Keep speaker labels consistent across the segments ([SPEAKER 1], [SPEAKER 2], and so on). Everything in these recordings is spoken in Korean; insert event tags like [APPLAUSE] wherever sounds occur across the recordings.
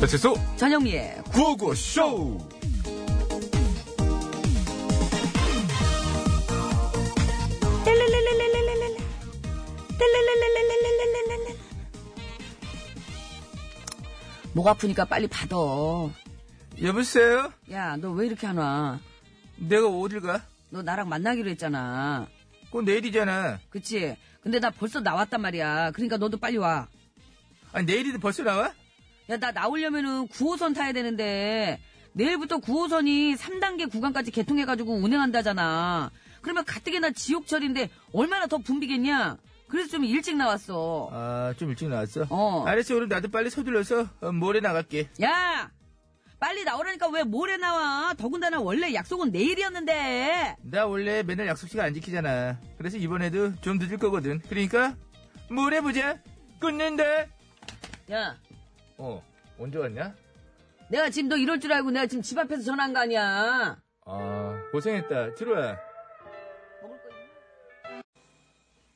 [SPEAKER 1] 배칠수
[SPEAKER 2] 전영미의
[SPEAKER 1] 구호구쇼
[SPEAKER 2] 목 아프니까 빨리 받아.
[SPEAKER 3] 여보세요?
[SPEAKER 2] 야, 너 왜 이렇게 안 와?
[SPEAKER 3] 내가 어딜 가?
[SPEAKER 2] 너 나랑 만나기로 했잖아.
[SPEAKER 3] 그건 내일이잖아.
[SPEAKER 2] 그치? 근데 나 벌써 나왔단 말이야. 그러니까 너도 빨리 와.
[SPEAKER 3] 아니, 내일인데 벌써 나와?
[SPEAKER 2] 야, 나 나오려면은 9호선 타야 되는데, 내일부터 9호선이 3단계 구간까지 개통해가지고 운행한다잖아. 그러면 가뜩이나 지옥철인데 얼마나 더 붐비겠냐? 그래서 좀 일찍 나왔어.
[SPEAKER 3] 아, 좀 일찍 나왔어?
[SPEAKER 2] 어.
[SPEAKER 3] 알았어, 그럼 나도 빨리 서둘러서 어, 모레 나갈게.
[SPEAKER 2] 야! 빨리 나오라니까 왜 모레 나와? 더군다나 원래 약속은 내일이었는데.
[SPEAKER 3] 나 원래 맨날 약속 시간 안 지키잖아. 그래서 이번에도 좀 늦을 거거든. 그러니까, 모레 보자. 끊는다.
[SPEAKER 2] 야,
[SPEAKER 3] 어, 언제 왔냐?
[SPEAKER 2] 내가 지금 너 이럴 줄 알고 내가 지금 집 앞에서 전화한 거 아니야.
[SPEAKER 3] 아, 고생했다. 들어와.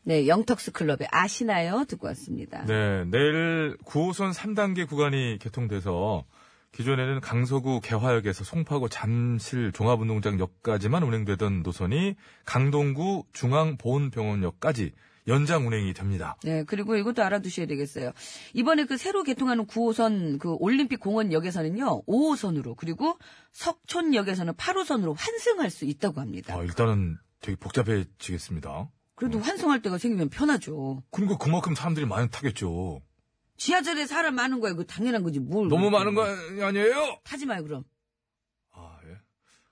[SPEAKER 2] 네, 영턱스 클럽의 아시나요? 듣고 왔습니다.
[SPEAKER 1] 네, 내일 9호선 3단계 구간이 개통돼서 기존에는 강서구 개화역에서 송파구 잠실 종합운동장 역까지만 운행되던 노선이 강동구 중앙보훈병원역까지 연장 운행이 됩니다.
[SPEAKER 2] 네, 그리고 이것도 알아두셔야 되겠어요. 이번에 그 새로 개통하는 9호선 그 올림픽 공원역에서는요, 5호선으로, 그리고 석촌역에서는 8호선으로 환승할 수 있다고 합니다.
[SPEAKER 1] 아, 일단은 되게 복잡해지겠습니다. 그러니까
[SPEAKER 2] 그래도 환승할 때가 생기면 편하죠.
[SPEAKER 1] 그리고 그만큼 사람들이 많이 타겠죠.
[SPEAKER 2] 지하철에 사람 많은 거야. 이거 당연한 거지. 뭘.
[SPEAKER 3] 너무
[SPEAKER 2] 그렇게.
[SPEAKER 3] 많은 거 아니에요?
[SPEAKER 2] 타지 마요, 그럼.
[SPEAKER 1] 아, 예.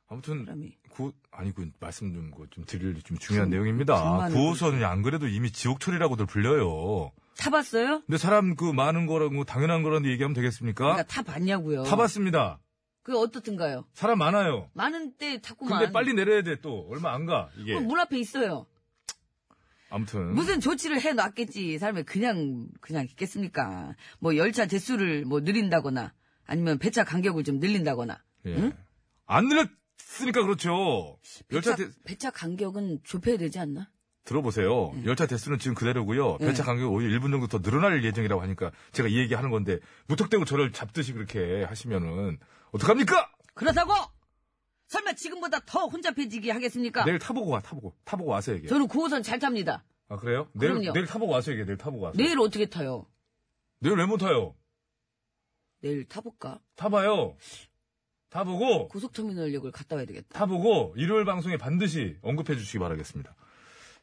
[SPEAKER 1] 아무튼
[SPEAKER 2] 사람이.
[SPEAKER 1] 구, 아니, 그, 말씀 좀, 그 좀 드릴 좀 중요한
[SPEAKER 2] 그,
[SPEAKER 1] 내용입니다.
[SPEAKER 2] 정말
[SPEAKER 1] 9호선이 안 그래도 이미 지옥철이라고들 불려요.
[SPEAKER 2] 타봤어요?
[SPEAKER 1] 근데 사람 그 많은 거라고 당연한 거라는 얘기하면
[SPEAKER 2] 그러니까
[SPEAKER 3] 아?
[SPEAKER 1] 되겠습니까?
[SPEAKER 2] 타봤냐고요.
[SPEAKER 1] 타봤습니다.
[SPEAKER 2] 그게 어떻든가요?
[SPEAKER 1] 사람 많아요.
[SPEAKER 2] 많은데 탔구만.
[SPEAKER 1] 근데 빨리 내려야 돼, 또. 얼마 안 가, 이게.
[SPEAKER 2] 그럼 문 앞에 있어요. 뭐,
[SPEAKER 1] 아무튼.
[SPEAKER 2] 무슨 조치를 해놨겠지. 사람이 그냥, 그냥 있겠습니까? 뭐, 열차 대수를 뭐 늘린다거나, 아니면 배차 간격을 좀 늘린다거나.
[SPEAKER 1] 예. 안 늘렸으니까 그렇죠. 열차
[SPEAKER 2] 배차,
[SPEAKER 1] 대,
[SPEAKER 2] 배차 간격은 좁혀야 되지 않나?
[SPEAKER 1] 들어보세요.
[SPEAKER 2] 음.
[SPEAKER 1] 열차 대수는 지금
[SPEAKER 2] 예.
[SPEAKER 1] 그대로고요. 배차 간격이 오히려 1분 정도 더 늘어날 예정이라고 하니까 제가 이 얘기 하는 건데, 무턱대고 저를 잡듯이 그렇게 하시면은, 어떡합니까?
[SPEAKER 2] 그렇다고! 설마 지금보다 더 혼잡해지게 하겠습니까?
[SPEAKER 1] 내일 타보고 와, 타보고. 타보고 와서 얘기해.
[SPEAKER 2] 아. 저는 9호선 잘 탑니다.
[SPEAKER 1] 아, 그래요? 내일,
[SPEAKER 2] 그럼요. 네.
[SPEAKER 1] 내일 타보고 와서 얘기해, 내일 타보고 와서.
[SPEAKER 2] 내일 어떻게 타요?
[SPEAKER 1] 내일 왜 못 타요?
[SPEAKER 2] 내일 타볼까?
[SPEAKER 1] 타봐요. 타보고,
[SPEAKER 2] 고속터미널역을 갔다 와야 되겠다.
[SPEAKER 1] 타보고, 일요일 방송에 반드시 언급해 주시기 바라겠습니다.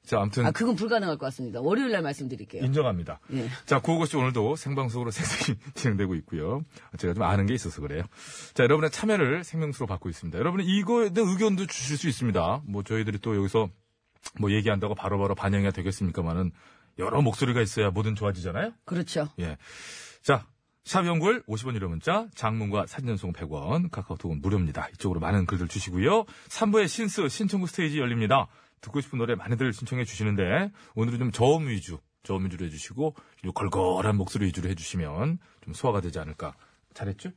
[SPEAKER 1] 자, 아무튼
[SPEAKER 2] 아, 그건 불가능할 것 같습니다. 월요일 날 말씀드릴게요.
[SPEAKER 1] 음. 인정합니다.
[SPEAKER 2] 예.
[SPEAKER 1] 자, 구호고쇼 오늘도 생방송으로 [LAUGHS] 생생히 진행되고 있고요. 제가 좀 아는 게 있어서 그래요. 자, 여러분의 참여를 생명수로 받고 있습니다. 여러분은 이거에 대한 의견도 주실 수 있습니다. 뭐 저희들이 또 여기서 뭐 얘기한다고 바로바로 반영해야 되겠습니까만은 여러 목소리가 있어야 뭐든 좋아지잖아요.
[SPEAKER 2] 그렇죠.
[SPEAKER 1] 예. 자, 샵 연구일 50원 유료 문자, 장문과 사진 전송 100원, 카카오톡은 무료입니다. 이쪽으로 많은 글들 주시고요. 3부의 신스 신청구 스테이지 열립니다. 듣고 싶은 노래 많이들 신청해 주시는데 오늘은 좀 저음 위주, 저음 위주로 해주시고 요 걸걸한 목소리 위주로 해주시면 좀 소화가 되지 않을까. 잘했죠?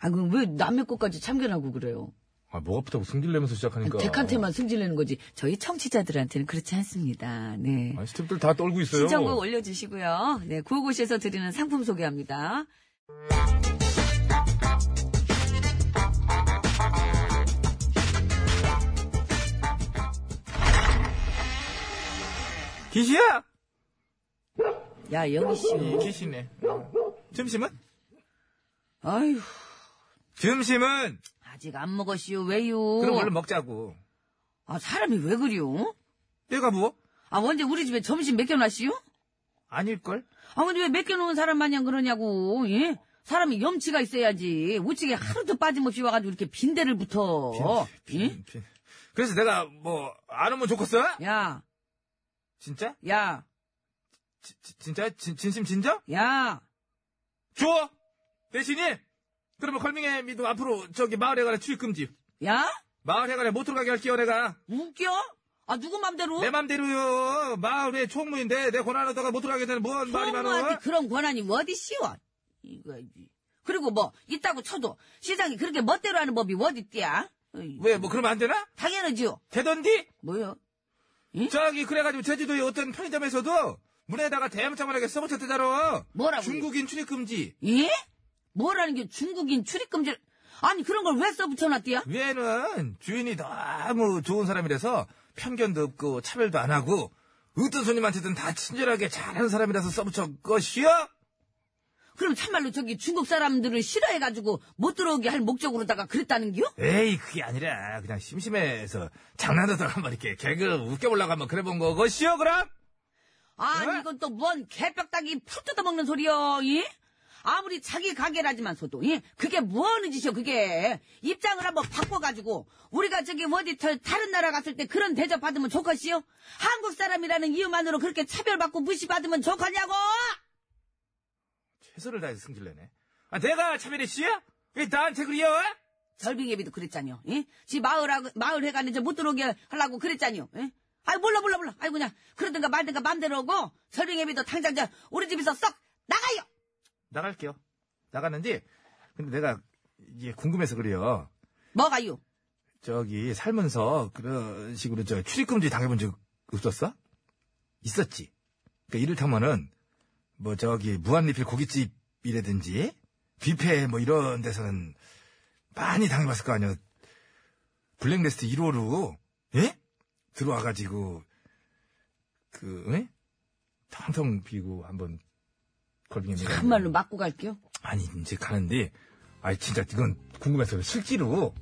[SPEAKER 2] 아, 그럼 왜 남의 것까지 참견하고 그래요?
[SPEAKER 1] 아, 목 아프다고 승질내면서
[SPEAKER 3] 그러니까.
[SPEAKER 1] 시작하니까.
[SPEAKER 2] 백한테만 승질내는 거지. 저희 청취자들한테는 그렇지 않습니다. 네.
[SPEAKER 1] 아, 스탭들 다 떨고 있어요.
[SPEAKER 2] 신청곡 올려주시고요. 네, 구호고시에서 드리는 상품 소개합니다.
[SPEAKER 3] 기시야!
[SPEAKER 2] 야, 여기 씨.
[SPEAKER 3] 예, 기시네. 점심은?
[SPEAKER 2] 아휴,
[SPEAKER 3] 점심은!
[SPEAKER 2] 아직 안 먹었시오. 왜요?
[SPEAKER 3] 그럼 얼른 먹자고.
[SPEAKER 2] 아, 사람이 왜 그리요?
[SPEAKER 3] 내가 뭐?
[SPEAKER 2] 아, 언제 우리 집에 점심 맡겨놨시오?
[SPEAKER 3] 아닐걸?
[SPEAKER 2] 아, 근데 왜 맡겨놓은 사람 마냥 그러냐고, 예? 사람이 염치가 있어야지. 우찌게 하루도 빠짐없이 와가지고 이렇게 빈대를 붙어.
[SPEAKER 3] 빈, 빈. 그래서 내가 뭐, 안 오면 좋겠어?
[SPEAKER 2] 예? 야,
[SPEAKER 3] 진짜?
[SPEAKER 2] 야,
[SPEAKER 3] 지- 지- 진짜? 진, 진심 진정?
[SPEAKER 2] 야.
[SPEAKER 3] 줘! 대신에, 그러면 걸밍의 미도 앞으로 저기 마을에 가라 출입금지.
[SPEAKER 2] 야?
[SPEAKER 3] 마을에 가라 못 들어가게 할게요, 내가.
[SPEAKER 2] 웃겨? 아, 누구 맘대로?
[SPEAKER 3] 내 맘대로요. 마을의 총무인데 내 권한 얻다가 못 들어가게 되는 뭔 말이
[SPEAKER 2] 총무한테
[SPEAKER 3] 많아.
[SPEAKER 2] 그런 권한이 뭐 어디 씌워? 이거지. 그리고 뭐 있다고 쳐도 시장이 그렇게 멋대로 하는 법이 뭐 어디 있디야? 어이,
[SPEAKER 3] 왜, 뭐 그러면 안 되나?
[SPEAKER 2] 당연하지요.
[SPEAKER 3] 되던디?
[SPEAKER 2] 뭐요?
[SPEAKER 3] 저기 그래가지고 제주도의 어떤 편의점에서도 문에다가 대문짝만하게 써붙였대잖아.
[SPEAKER 2] 뭐라고요?
[SPEAKER 3] 중국인 출입금지.
[SPEAKER 2] 예? 뭐라는 게 중국인 출입금지 를 아니 그런 걸 왜 써붙여놨디야?
[SPEAKER 3] 얘는 주인이 너무 좋은 사람이라서 편견도 없고 차별도 안 하고 어떤 손님한테든 다 친절하게 잘하는 사람이라서 써붙여 것이요?
[SPEAKER 2] 그럼 참말로 저기 중국 사람들을 싫어해가지고 못 들어오게 할 목적으로다가 그랬다는겨?
[SPEAKER 3] 에이 그게 아니라 그냥 심심해서 장난으로 한번 이렇게 개그 웃겨보려고 한번 그래본 거 것이요 그럼?
[SPEAKER 2] 아니
[SPEAKER 3] 네?
[SPEAKER 2] 이건 또 뭔 개뼈딱이 풀 뜯어먹는 소리여 이? 아무리 자기 가게라지만서도 이? 그게 뭐하는 짓이여 그게 입장을 한번 바꿔가지고 우리가 저기 어디 저 다른 나라 갔을 때 그런 대접 받으면 좋겠이요? 한국 사람이라는 이유만으로 그렇게 차별받고 무시받으면 좋겠냐고
[SPEAKER 3] 최선을 다해서 승질내네 아 내가 차별이 씨야? 왜 나한테 그래요?
[SPEAKER 2] 절빙예비도 그랬잖여 예? 지 마을하고, 마을 회관에 저 못 들어오게 하려고 그랬잖여 예? 아이 몰라 몰라 몰라 아이 그냥 그러든가 말든가 맘대로 하고 절빙예비도 당장 저 우리 집에서 썩 나가요
[SPEAKER 3] 나갈게요 나갔는데 근데 내가 이게 궁금해서 그래요
[SPEAKER 2] 뭐가요?
[SPEAKER 3] 저기 살면서 그런 식으로 저 출입금지 당해본 적 없었어? 있었지. 그러니까 이를테면은 뭐 저기 무한리필 고깃집이라든지 뷔페 뭐 이런 데서는 많이 당해봤을 거 아니야. 블랙리스트 1호로 예? 들어와가지고 그 예? 텅텅 비고 한번 걸빙이
[SPEAKER 2] 참말로 맞고 갈게요
[SPEAKER 3] 아니 이제 가는데 아 진짜 이건 궁금해서 실제로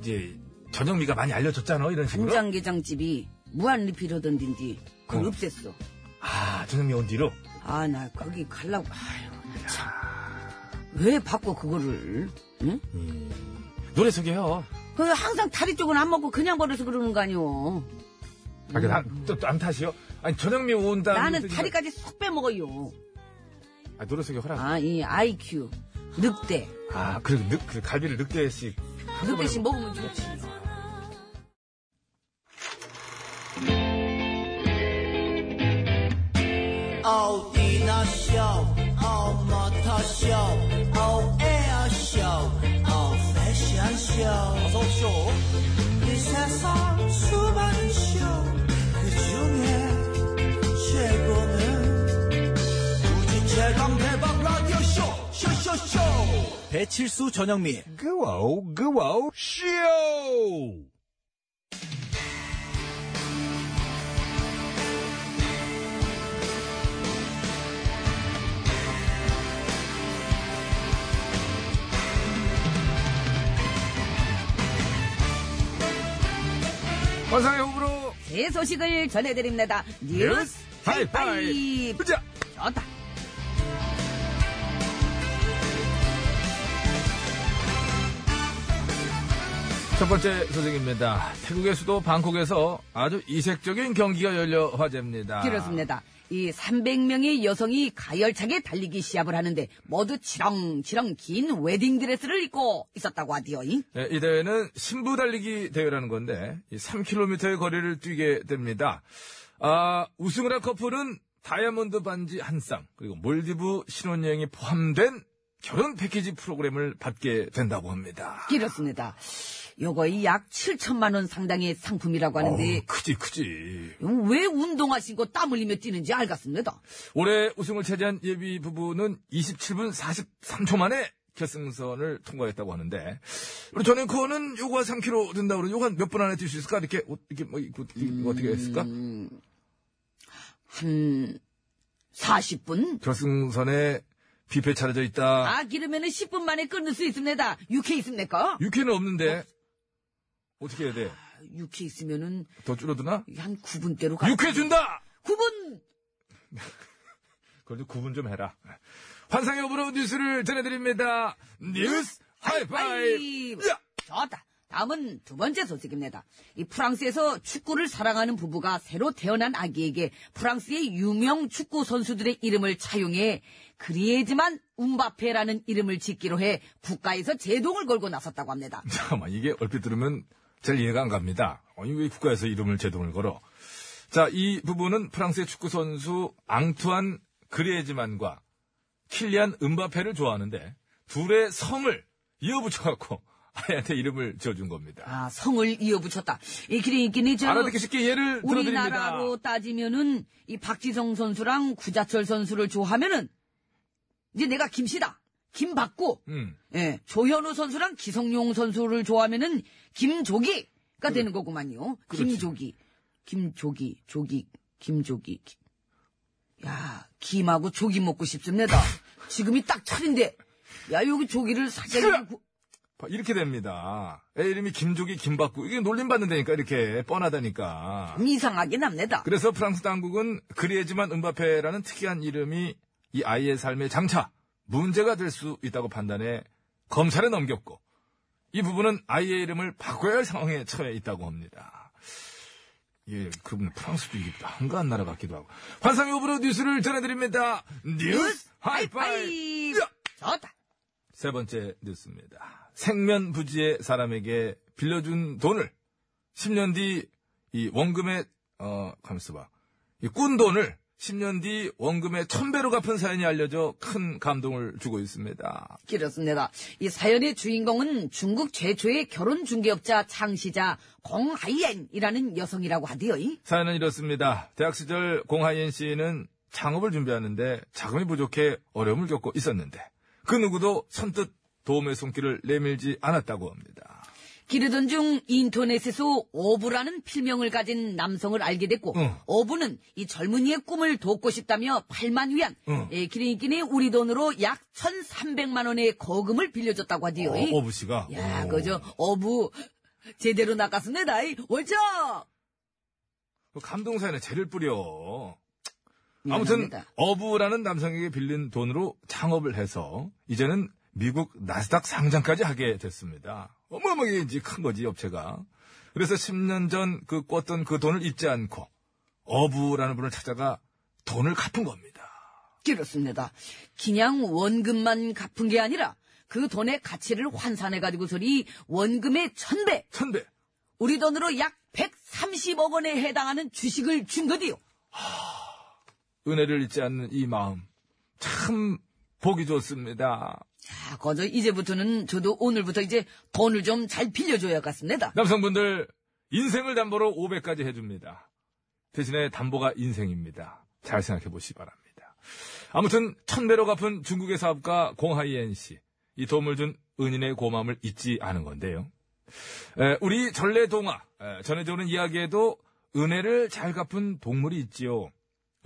[SPEAKER 3] 이제 전영미가 많이 알려줬잖아 이런 식으로
[SPEAKER 2] 간장게장집이 무한 리필 하던 딘디 그걸
[SPEAKER 3] 어.
[SPEAKER 2] 없앴어.
[SPEAKER 3] 아 전영미 온 뒤로
[SPEAKER 2] 아 나 거기 갈라고 아유 나 참. 왜 바꿔 그거를? 응?
[SPEAKER 3] 음, 노래 소개해요
[SPEAKER 2] 그 항상 다리 쪽은 안 먹고 그냥 버려서 그러는 거 아니오.
[SPEAKER 3] 아, 그 남- 또, 또안 탓이요? 아니 전영미 온 다음
[SPEAKER 2] 나는
[SPEAKER 3] 또 이거-
[SPEAKER 2] 다리까지 쏙 빼먹어요.
[SPEAKER 3] 아, 노래 소개 허락 아,
[SPEAKER 2] 아 이 아이큐 늑대
[SPEAKER 3] 그리고 늑, 그 갈비를 늑대씩
[SPEAKER 2] 아,
[SPEAKER 3] 한꺼번에
[SPEAKER 2] 늑대씩 먹으면 좋지.
[SPEAKER 4] 어디나 쇼, 어머터 쇼, 어에어 쇼, 어 패션 쇼. 어서 쇼. 이 세상 수많은 쇼, 그 중에 최고는 우주 최강 대박 라디오 쇼, 쇼쇼쇼. 배칠수 전영미.
[SPEAKER 3] 그와우 그와우 쇼 환상의 호불호
[SPEAKER 2] 새 소식을 전해드립니다. 뉴스 하이파이브.
[SPEAKER 3] 자
[SPEAKER 2] 좋다.
[SPEAKER 3] 첫 번째 소식입니다. 태국의 수도 방콕에서 아주 이색적인 경기가 열려 화제입니다.
[SPEAKER 2] 그렇습니다. 이 300명의 여성이 가열차게 달리기 시합을 하는데 모두 치렁치렁 긴 웨딩드레스를 입고 있었다고 하디요. 잉?
[SPEAKER 3] 예, 이 대회는 신부 달리기 대회라는 건데 3km의 거리를 뛰게 됩니다. 아, 우승을 한 커플은 다이아몬드 반지 한 쌍, 그리고 몰디브 신혼여행이 포함된 결혼 패키지 프로그램을 받게 된다고 합니다.
[SPEAKER 2] 그렇습니다. 요거 이 약 7천만 원 상당의 상품이라고 하는데
[SPEAKER 3] 어우, 크지 크지.
[SPEAKER 2] 요거 왜 운동화 신고 땀 흘리며 뛰는지 알겠습니다.
[SPEAKER 3] 올해 우승을 차지한 예비 부부는 27분 43초 만에 결승선을 통과했다고 하는데 우리 저는 그거는 요거 한 3km 된다 그러면 요거 한 몇 분 안에 뛸 수 있을까 이렇게 어- 이렇게 뭐 이거 어떻게, 이거 어떻게 했을까?
[SPEAKER 2] 한 40분?
[SPEAKER 3] 결승선에 뷔페 차려져 있다.
[SPEAKER 2] 아, 기르면은 10분 만에 끊을 수 있습니다. 6회 있습니까?
[SPEAKER 3] 육 6회는 없는데 어떻게 해야 돼?
[SPEAKER 2] 6회 있으면은
[SPEAKER 3] 더 줄어드나?
[SPEAKER 2] 한 9분대로 가.
[SPEAKER 3] 6회 준다.
[SPEAKER 2] 9분!
[SPEAKER 3] 그래도 구분 좀 해라. 환상의 오브로 뉴스를 전해드립니다. 뉴스 하이파이브.
[SPEAKER 2] 하이파이브. 좋다. 다음은 두 번째 소식입니다. 이 프랑스에서 축구를 사랑하는 부부가 새로 태어난 아기에게 프랑스의 유명 축구 선수들의 이름을 차용해 그리에지만 움바페라는 이름을 짓기로 해 국가에서 제동을 걸고 나섰다고 합니다.
[SPEAKER 3] 잠깐만, 이게 얼핏 들으면 잘 이해가 안 갑니다. 아니, 왜 국가에서 이름을 제동을 걸어? 자, 이 부분은 프랑스의 축구선수 앙투안 그리에지만과 킬리안 은바페를 좋아하는데, 둘의 성을 이어붙여갖고 아이한테 이름을 지어준 겁니다.
[SPEAKER 2] 아, 성을 이어붙였다. 이 그리에기니 저
[SPEAKER 3] 알아듣기 쉽게 예를 들어드립니다.
[SPEAKER 2] 음. 우리나라로 따지면은 이 박지성 선수랑 구자철 선수를 좋아하면은 이제 내가 김씨다. 김박구,
[SPEAKER 1] 음.
[SPEAKER 2] 예, 조현우 선수랑 기성용 선수를 좋아하면은 김조기가 되는 거구만요.
[SPEAKER 1] 그렇지.
[SPEAKER 2] 김조기, 김조기, 조기, 김조기. 기- 야, 김하고 조기 먹고 싶습니다. 지금이 딱 철인데, 야 여기 조기를 사장님 구-
[SPEAKER 1] 봐, 이렇게 됩니다. 애 이름이 김조기, 김박구. 이게 놀림받는다니까, 이렇게. 뻔하다니까.
[SPEAKER 2] 음, 이상하게 납니다.
[SPEAKER 1] 그래서 프랑스 당국은 그리에지만 은바페라는 특이한 이름이 이 아이의 삶에 장차 문제가 될 수 있다고 판단해 검찰에 넘겼고 이 부분은 아이의 이름을 바꿔야 할 상황에 처해 있다고 합니다. 예, 그러면 프랑스도 이게 한가한 나라 같기도 하고. 환상의 오브로 뉴스를 전해드립니다. 뉴스 하이파이!
[SPEAKER 2] 하이파이브! 좋다.
[SPEAKER 1] 세 번째 뉴스입니다. 생면부지의 사람에게 빌려준 돈을 10년 뒤 이 원금의 어 가만있어 봐. 이 꾼 돈을 10년 뒤 원금의 천배로 갚은 사연이 알려져 큰 감동을 주고 있습니다.
[SPEAKER 2] 그렇습니다. 이 사연의 주인공은 중국 최초의 결혼 중개업자 창시자 공하이엔이라는 여성이라고 하디요. 이.
[SPEAKER 1] 사연은 이렇습니다. 대학 시절 공하연 씨는 창업을 준비하는데 자금이 부족해 어려움을 겪고 있었는데 그 누구도 선뜻 도움의 손길을 내밀지 않았다고 합니다.
[SPEAKER 2] 기르던 중 인터넷에서 어부라는 필명을 가진 남성을 알게 됐고
[SPEAKER 1] 응.
[SPEAKER 2] 어부는 이 젊은이의 꿈을 돕고 싶다며 8만 위안
[SPEAKER 1] 응.
[SPEAKER 2] 예, 기린이끼니 우리 돈으로 약 1,300만 원의 거금을 빌려줬다고 하디요. 이.
[SPEAKER 1] 어, 어부 씨가
[SPEAKER 2] 야,
[SPEAKER 1] 오.
[SPEAKER 2] 그저 어부 제대로 낚았습니다. 이. 월척!
[SPEAKER 1] 그 감동 사연에 재를 뿌려. 음. 아무튼
[SPEAKER 2] 미안합니다.
[SPEAKER 1] 어부라는 남성에게 빌린 돈으로 창업을 해서 이제는 미국 나스닥 상장까지 하게 됐습니다. 어마어마하게 이제 큰 거지 업체가. 그래서 10년 전 그 꿨던 그 돈을 잊지 않고 어부라는 분을 찾아가 돈을 갚은 겁니다.
[SPEAKER 2] 그렇습니다. 그냥 원금만 갚은 게 아니라 그 돈의 가치를 환산해가지고 소리 원금의 천배,
[SPEAKER 1] 천배.
[SPEAKER 2] 우리 돈으로 약 130억 원에 해당하는 주식을 준 거디요.
[SPEAKER 1] 은혜를 잊지 않는 이 마음. 참 보기 좋습니다.
[SPEAKER 2] 자, 아, 거저 이제부터는 저도 오늘부터 이제 돈을 좀 잘 빌려줘야겠습니다.
[SPEAKER 1] 남성분들 인생을 담보로 500까지 해줍니다. 대신에 담보가 인생입니다. 잘 생각해 보시기 바랍니다. 아무튼 천배로 갚은 중국의 사업가 공하이엔 씨. 이 도움을 준 은인의 고마움을 잊지 않은 건데요. 에, 우리 전래 동화 에, 전해져 오는 이야기에도 은혜를 잘 갚은 동물이 있지요.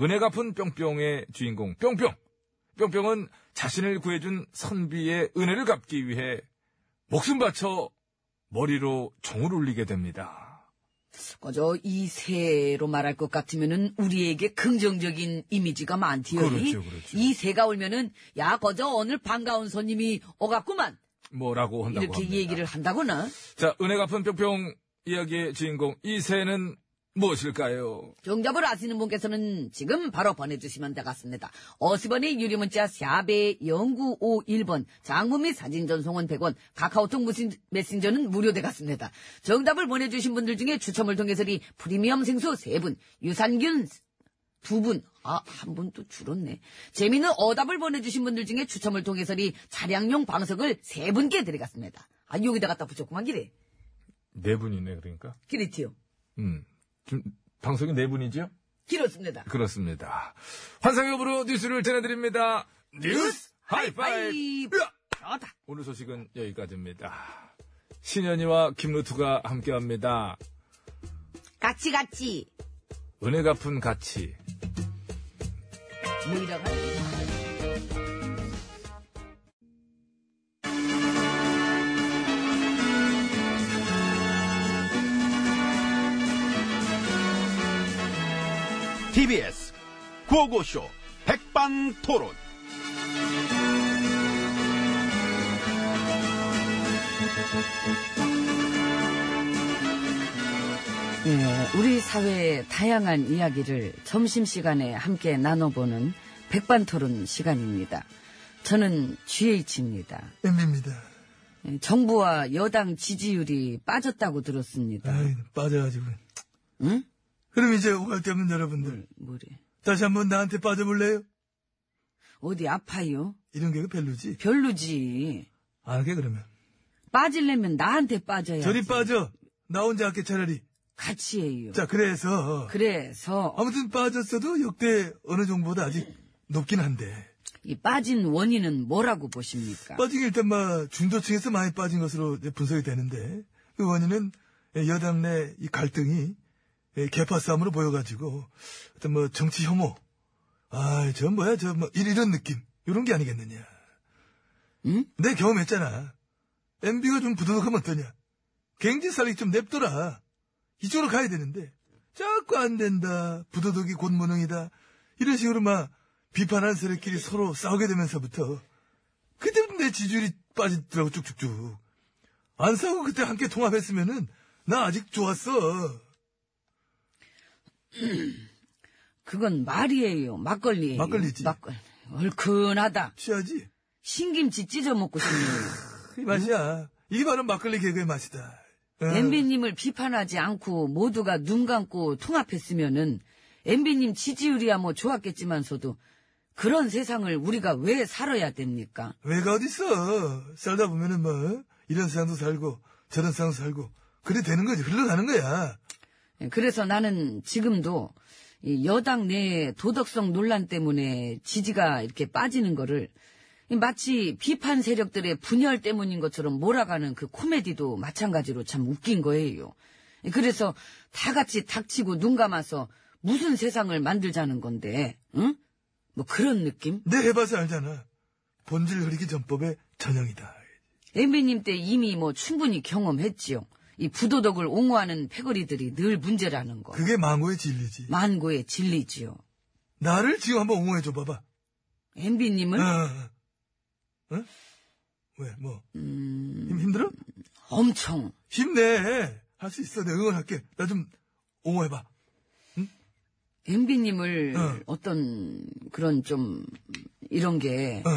[SPEAKER 1] 은혜 갚은 뿅뿅의 주인공 뿅뿅. 뿅뿅은 자신을 구해준 선비의 은혜를 갚기 위해 목숨 바쳐 머리로 종을 울리게 됩니다.
[SPEAKER 2] 거저 이 새로 말할 것 같으면은 우리에게 긍정적인 이미지가 많지요.
[SPEAKER 1] 그렇죠, 그렇죠.
[SPEAKER 2] 이 새가 울면은 야 거저 오늘 반가운 손님이 오갔구만
[SPEAKER 1] 뭐라고 한다고
[SPEAKER 2] 이렇게
[SPEAKER 1] 합니다.
[SPEAKER 2] 얘기를 한다거나.
[SPEAKER 1] 자, 은혜 갚은 뿅뿅 이야기의 주인공 이 새는 무엇일까요?
[SPEAKER 2] 정답을 아시는 분께서는 지금 바로 보내주시면 되겠습니다. 50원의 유리문자 샵에 0951번, 장문 및 사진 전송은 100원, 카카오톡 무신- 메신저는 무료 되겠습니다. 정답을 보내주신 분들 중에 추첨을 통해서 이 프리미엄 생수 3분, 유산균 두 분, 아, 한 분 또 줄었네. 재미는 어답을 보내주신 분들 중에 추첨을 통해서 이 차량용 방석을 세 분께 드리겠습니다. 아, 여기다 갖다 붙였구만, 기래.
[SPEAKER 1] 네 분이네, 그러니까.
[SPEAKER 2] 기랬지요.
[SPEAKER 1] 음. 지금 방송이 네 분이죠?
[SPEAKER 2] 길었습니다.
[SPEAKER 1] 그렇습니다. 환상엽으로 뉴스를 전해드립니다. 뉴스 하이파이브!
[SPEAKER 2] 좋다.
[SPEAKER 1] 오늘 소식은 여기까지입니다. 신현이와 김루트가 함께합니다.
[SPEAKER 2] 같이, 같이.
[SPEAKER 1] 은혜 갚은 가치.
[SPEAKER 2] 뭐 이라고 하지?
[SPEAKER 3] TBS 구호고쇼 백반토론.
[SPEAKER 2] 예, 우리 사회의 다양한 이야기를 점심시간에 함께 나눠보는 백반토론 시간입니다. 저는 GH입니다. 예,
[SPEAKER 5] 엠비입니다.
[SPEAKER 2] 정부와 여당 지지율이 빠졌다고 들었습니다.
[SPEAKER 5] 아이, 빠져가지고.
[SPEAKER 2] 응?
[SPEAKER 5] 그럼 이제 오갈 데 없는 여러분들.
[SPEAKER 2] 뭐래?
[SPEAKER 5] 다시 한번 나한테 빠져볼래요?
[SPEAKER 2] 어디 아파요?
[SPEAKER 5] 이런 개그 별로지?
[SPEAKER 2] 별로지.
[SPEAKER 5] 안 할게, 그러면.
[SPEAKER 2] 빠지려면 나한테 빠져야지.
[SPEAKER 5] 저리 빠져. 나 혼자 할게, 차라리.
[SPEAKER 2] 같이 해요.
[SPEAKER 5] 자, 그래서.
[SPEAKER 2] 그래서
[SPEAKER 5] 아무튼 빠졌어도 역대 어느 정보보다 아직 높긴 한데.
[SPEAKER 2] 이 빠진 원인은 뭐라고 보십니까?
[SPEAKER 1] 빠진 게 일단 막 중도층에서 많이 빠진 것으로 이제 분석이 되는데 그 원인은 여당 내 이 갈등이 예, 개파 싸움으로 보여가지고 어떤 뭐 정치 혐오 아저 뭐야 저 뭐 이런 느낌 이런 게 아니겠느냐
[SPEAKER 2] 응?
[SPEAKER 1] 내 경험했잖아 MB가 좀 부도덕하면 어떠냐 갱진 살리기 좀 냅둬라 이쪽으로 가야 되는데 자꾸 안 된다 부도덕이 곧 무능이다 이런 식으로 막 비판하는 세력끼리 서로 싸우게 되면서부터 그때부터 내 지지율이 빠지더라고 쭉쭉쭉. 안 싸우고 그때 함께 통합했으면은 나 아직 좋았어.
[SPEAKER 2] 그건 말이에요. 막걸리예요.
[SPEAKER 1] 막걸리지.
[SPEAKER 2] 막걸리. 얼큰하다.
[SPEAKER 1] 취하지.
[SPEAKER 2] 신김치 찢어 먹고 싶네요.
[SPEAKER 1] 이 맛이야. 이게 바로 막걸리 개그의 맛이다. 어.
[SPEAKER 2] 엠비님을 비판하지 않고 모두가 눈 감고 통합했으면은 엠비님 지지율이야 뭐 좋았겠지만서도 그런 세상을 우리가 왜 살아야 됩니까?
[SPEAKER 1] 왜가 어딨어. 살다 보면은 뭐 이런 세상도 살고 저런 세상도 살고 그래 되는 거지. 흘러가는 거야.
[SPEAKER 2] 예, 그래서 나는 지금도 이 여당 내 도덕성 논란 때문에 지지가 이렇게 빠지는 거를 이 마치 비판 세력들의 분열 때문인 것처럼 몰아가는 그 코미디도 마찬가지로 참 웃긴 거예요. 그래서 다 같이 닥치고 눈 감아서 무슨 세상을 만들자는 건데, 응? 뭐 그런 느낌?
[SPEAKER 1] 내 해봐서 알잖아. 본질 흐리기 전법의 전형이다.
[SPEAKER 2] 엠비님 때 이미 뭐 충분히 경험했지요. 이 부도덕을 옹호하는 패거리들이 늘 문제라는 거.
[SPEAKER 1] 그게 망고의 진리지.
[SPEAKER 2] 만고의 진리지요.
[SPEAKER 1] 나를 지금 한번 옹호해줘 봐봐.
[SPEAKER 2] 엠비님을
[SPEAKER 1] 어. 어? 왜, 뭐.
[SPEAKER 2] 음.
[SPEAKER 1] 힘 힘들어?
[SPEAKER 2] 엄청
[SPEAKER 1] 힘내. 할 수 있어. 내가 응원할게. 나 좀 옹호해봐.
[SPEAKER 2] 엠비님을
[SPEAKER 1] 어.
[SPEAKER 2] 어떤 그런 좀 이런 게
[SPEAKER 1] 어.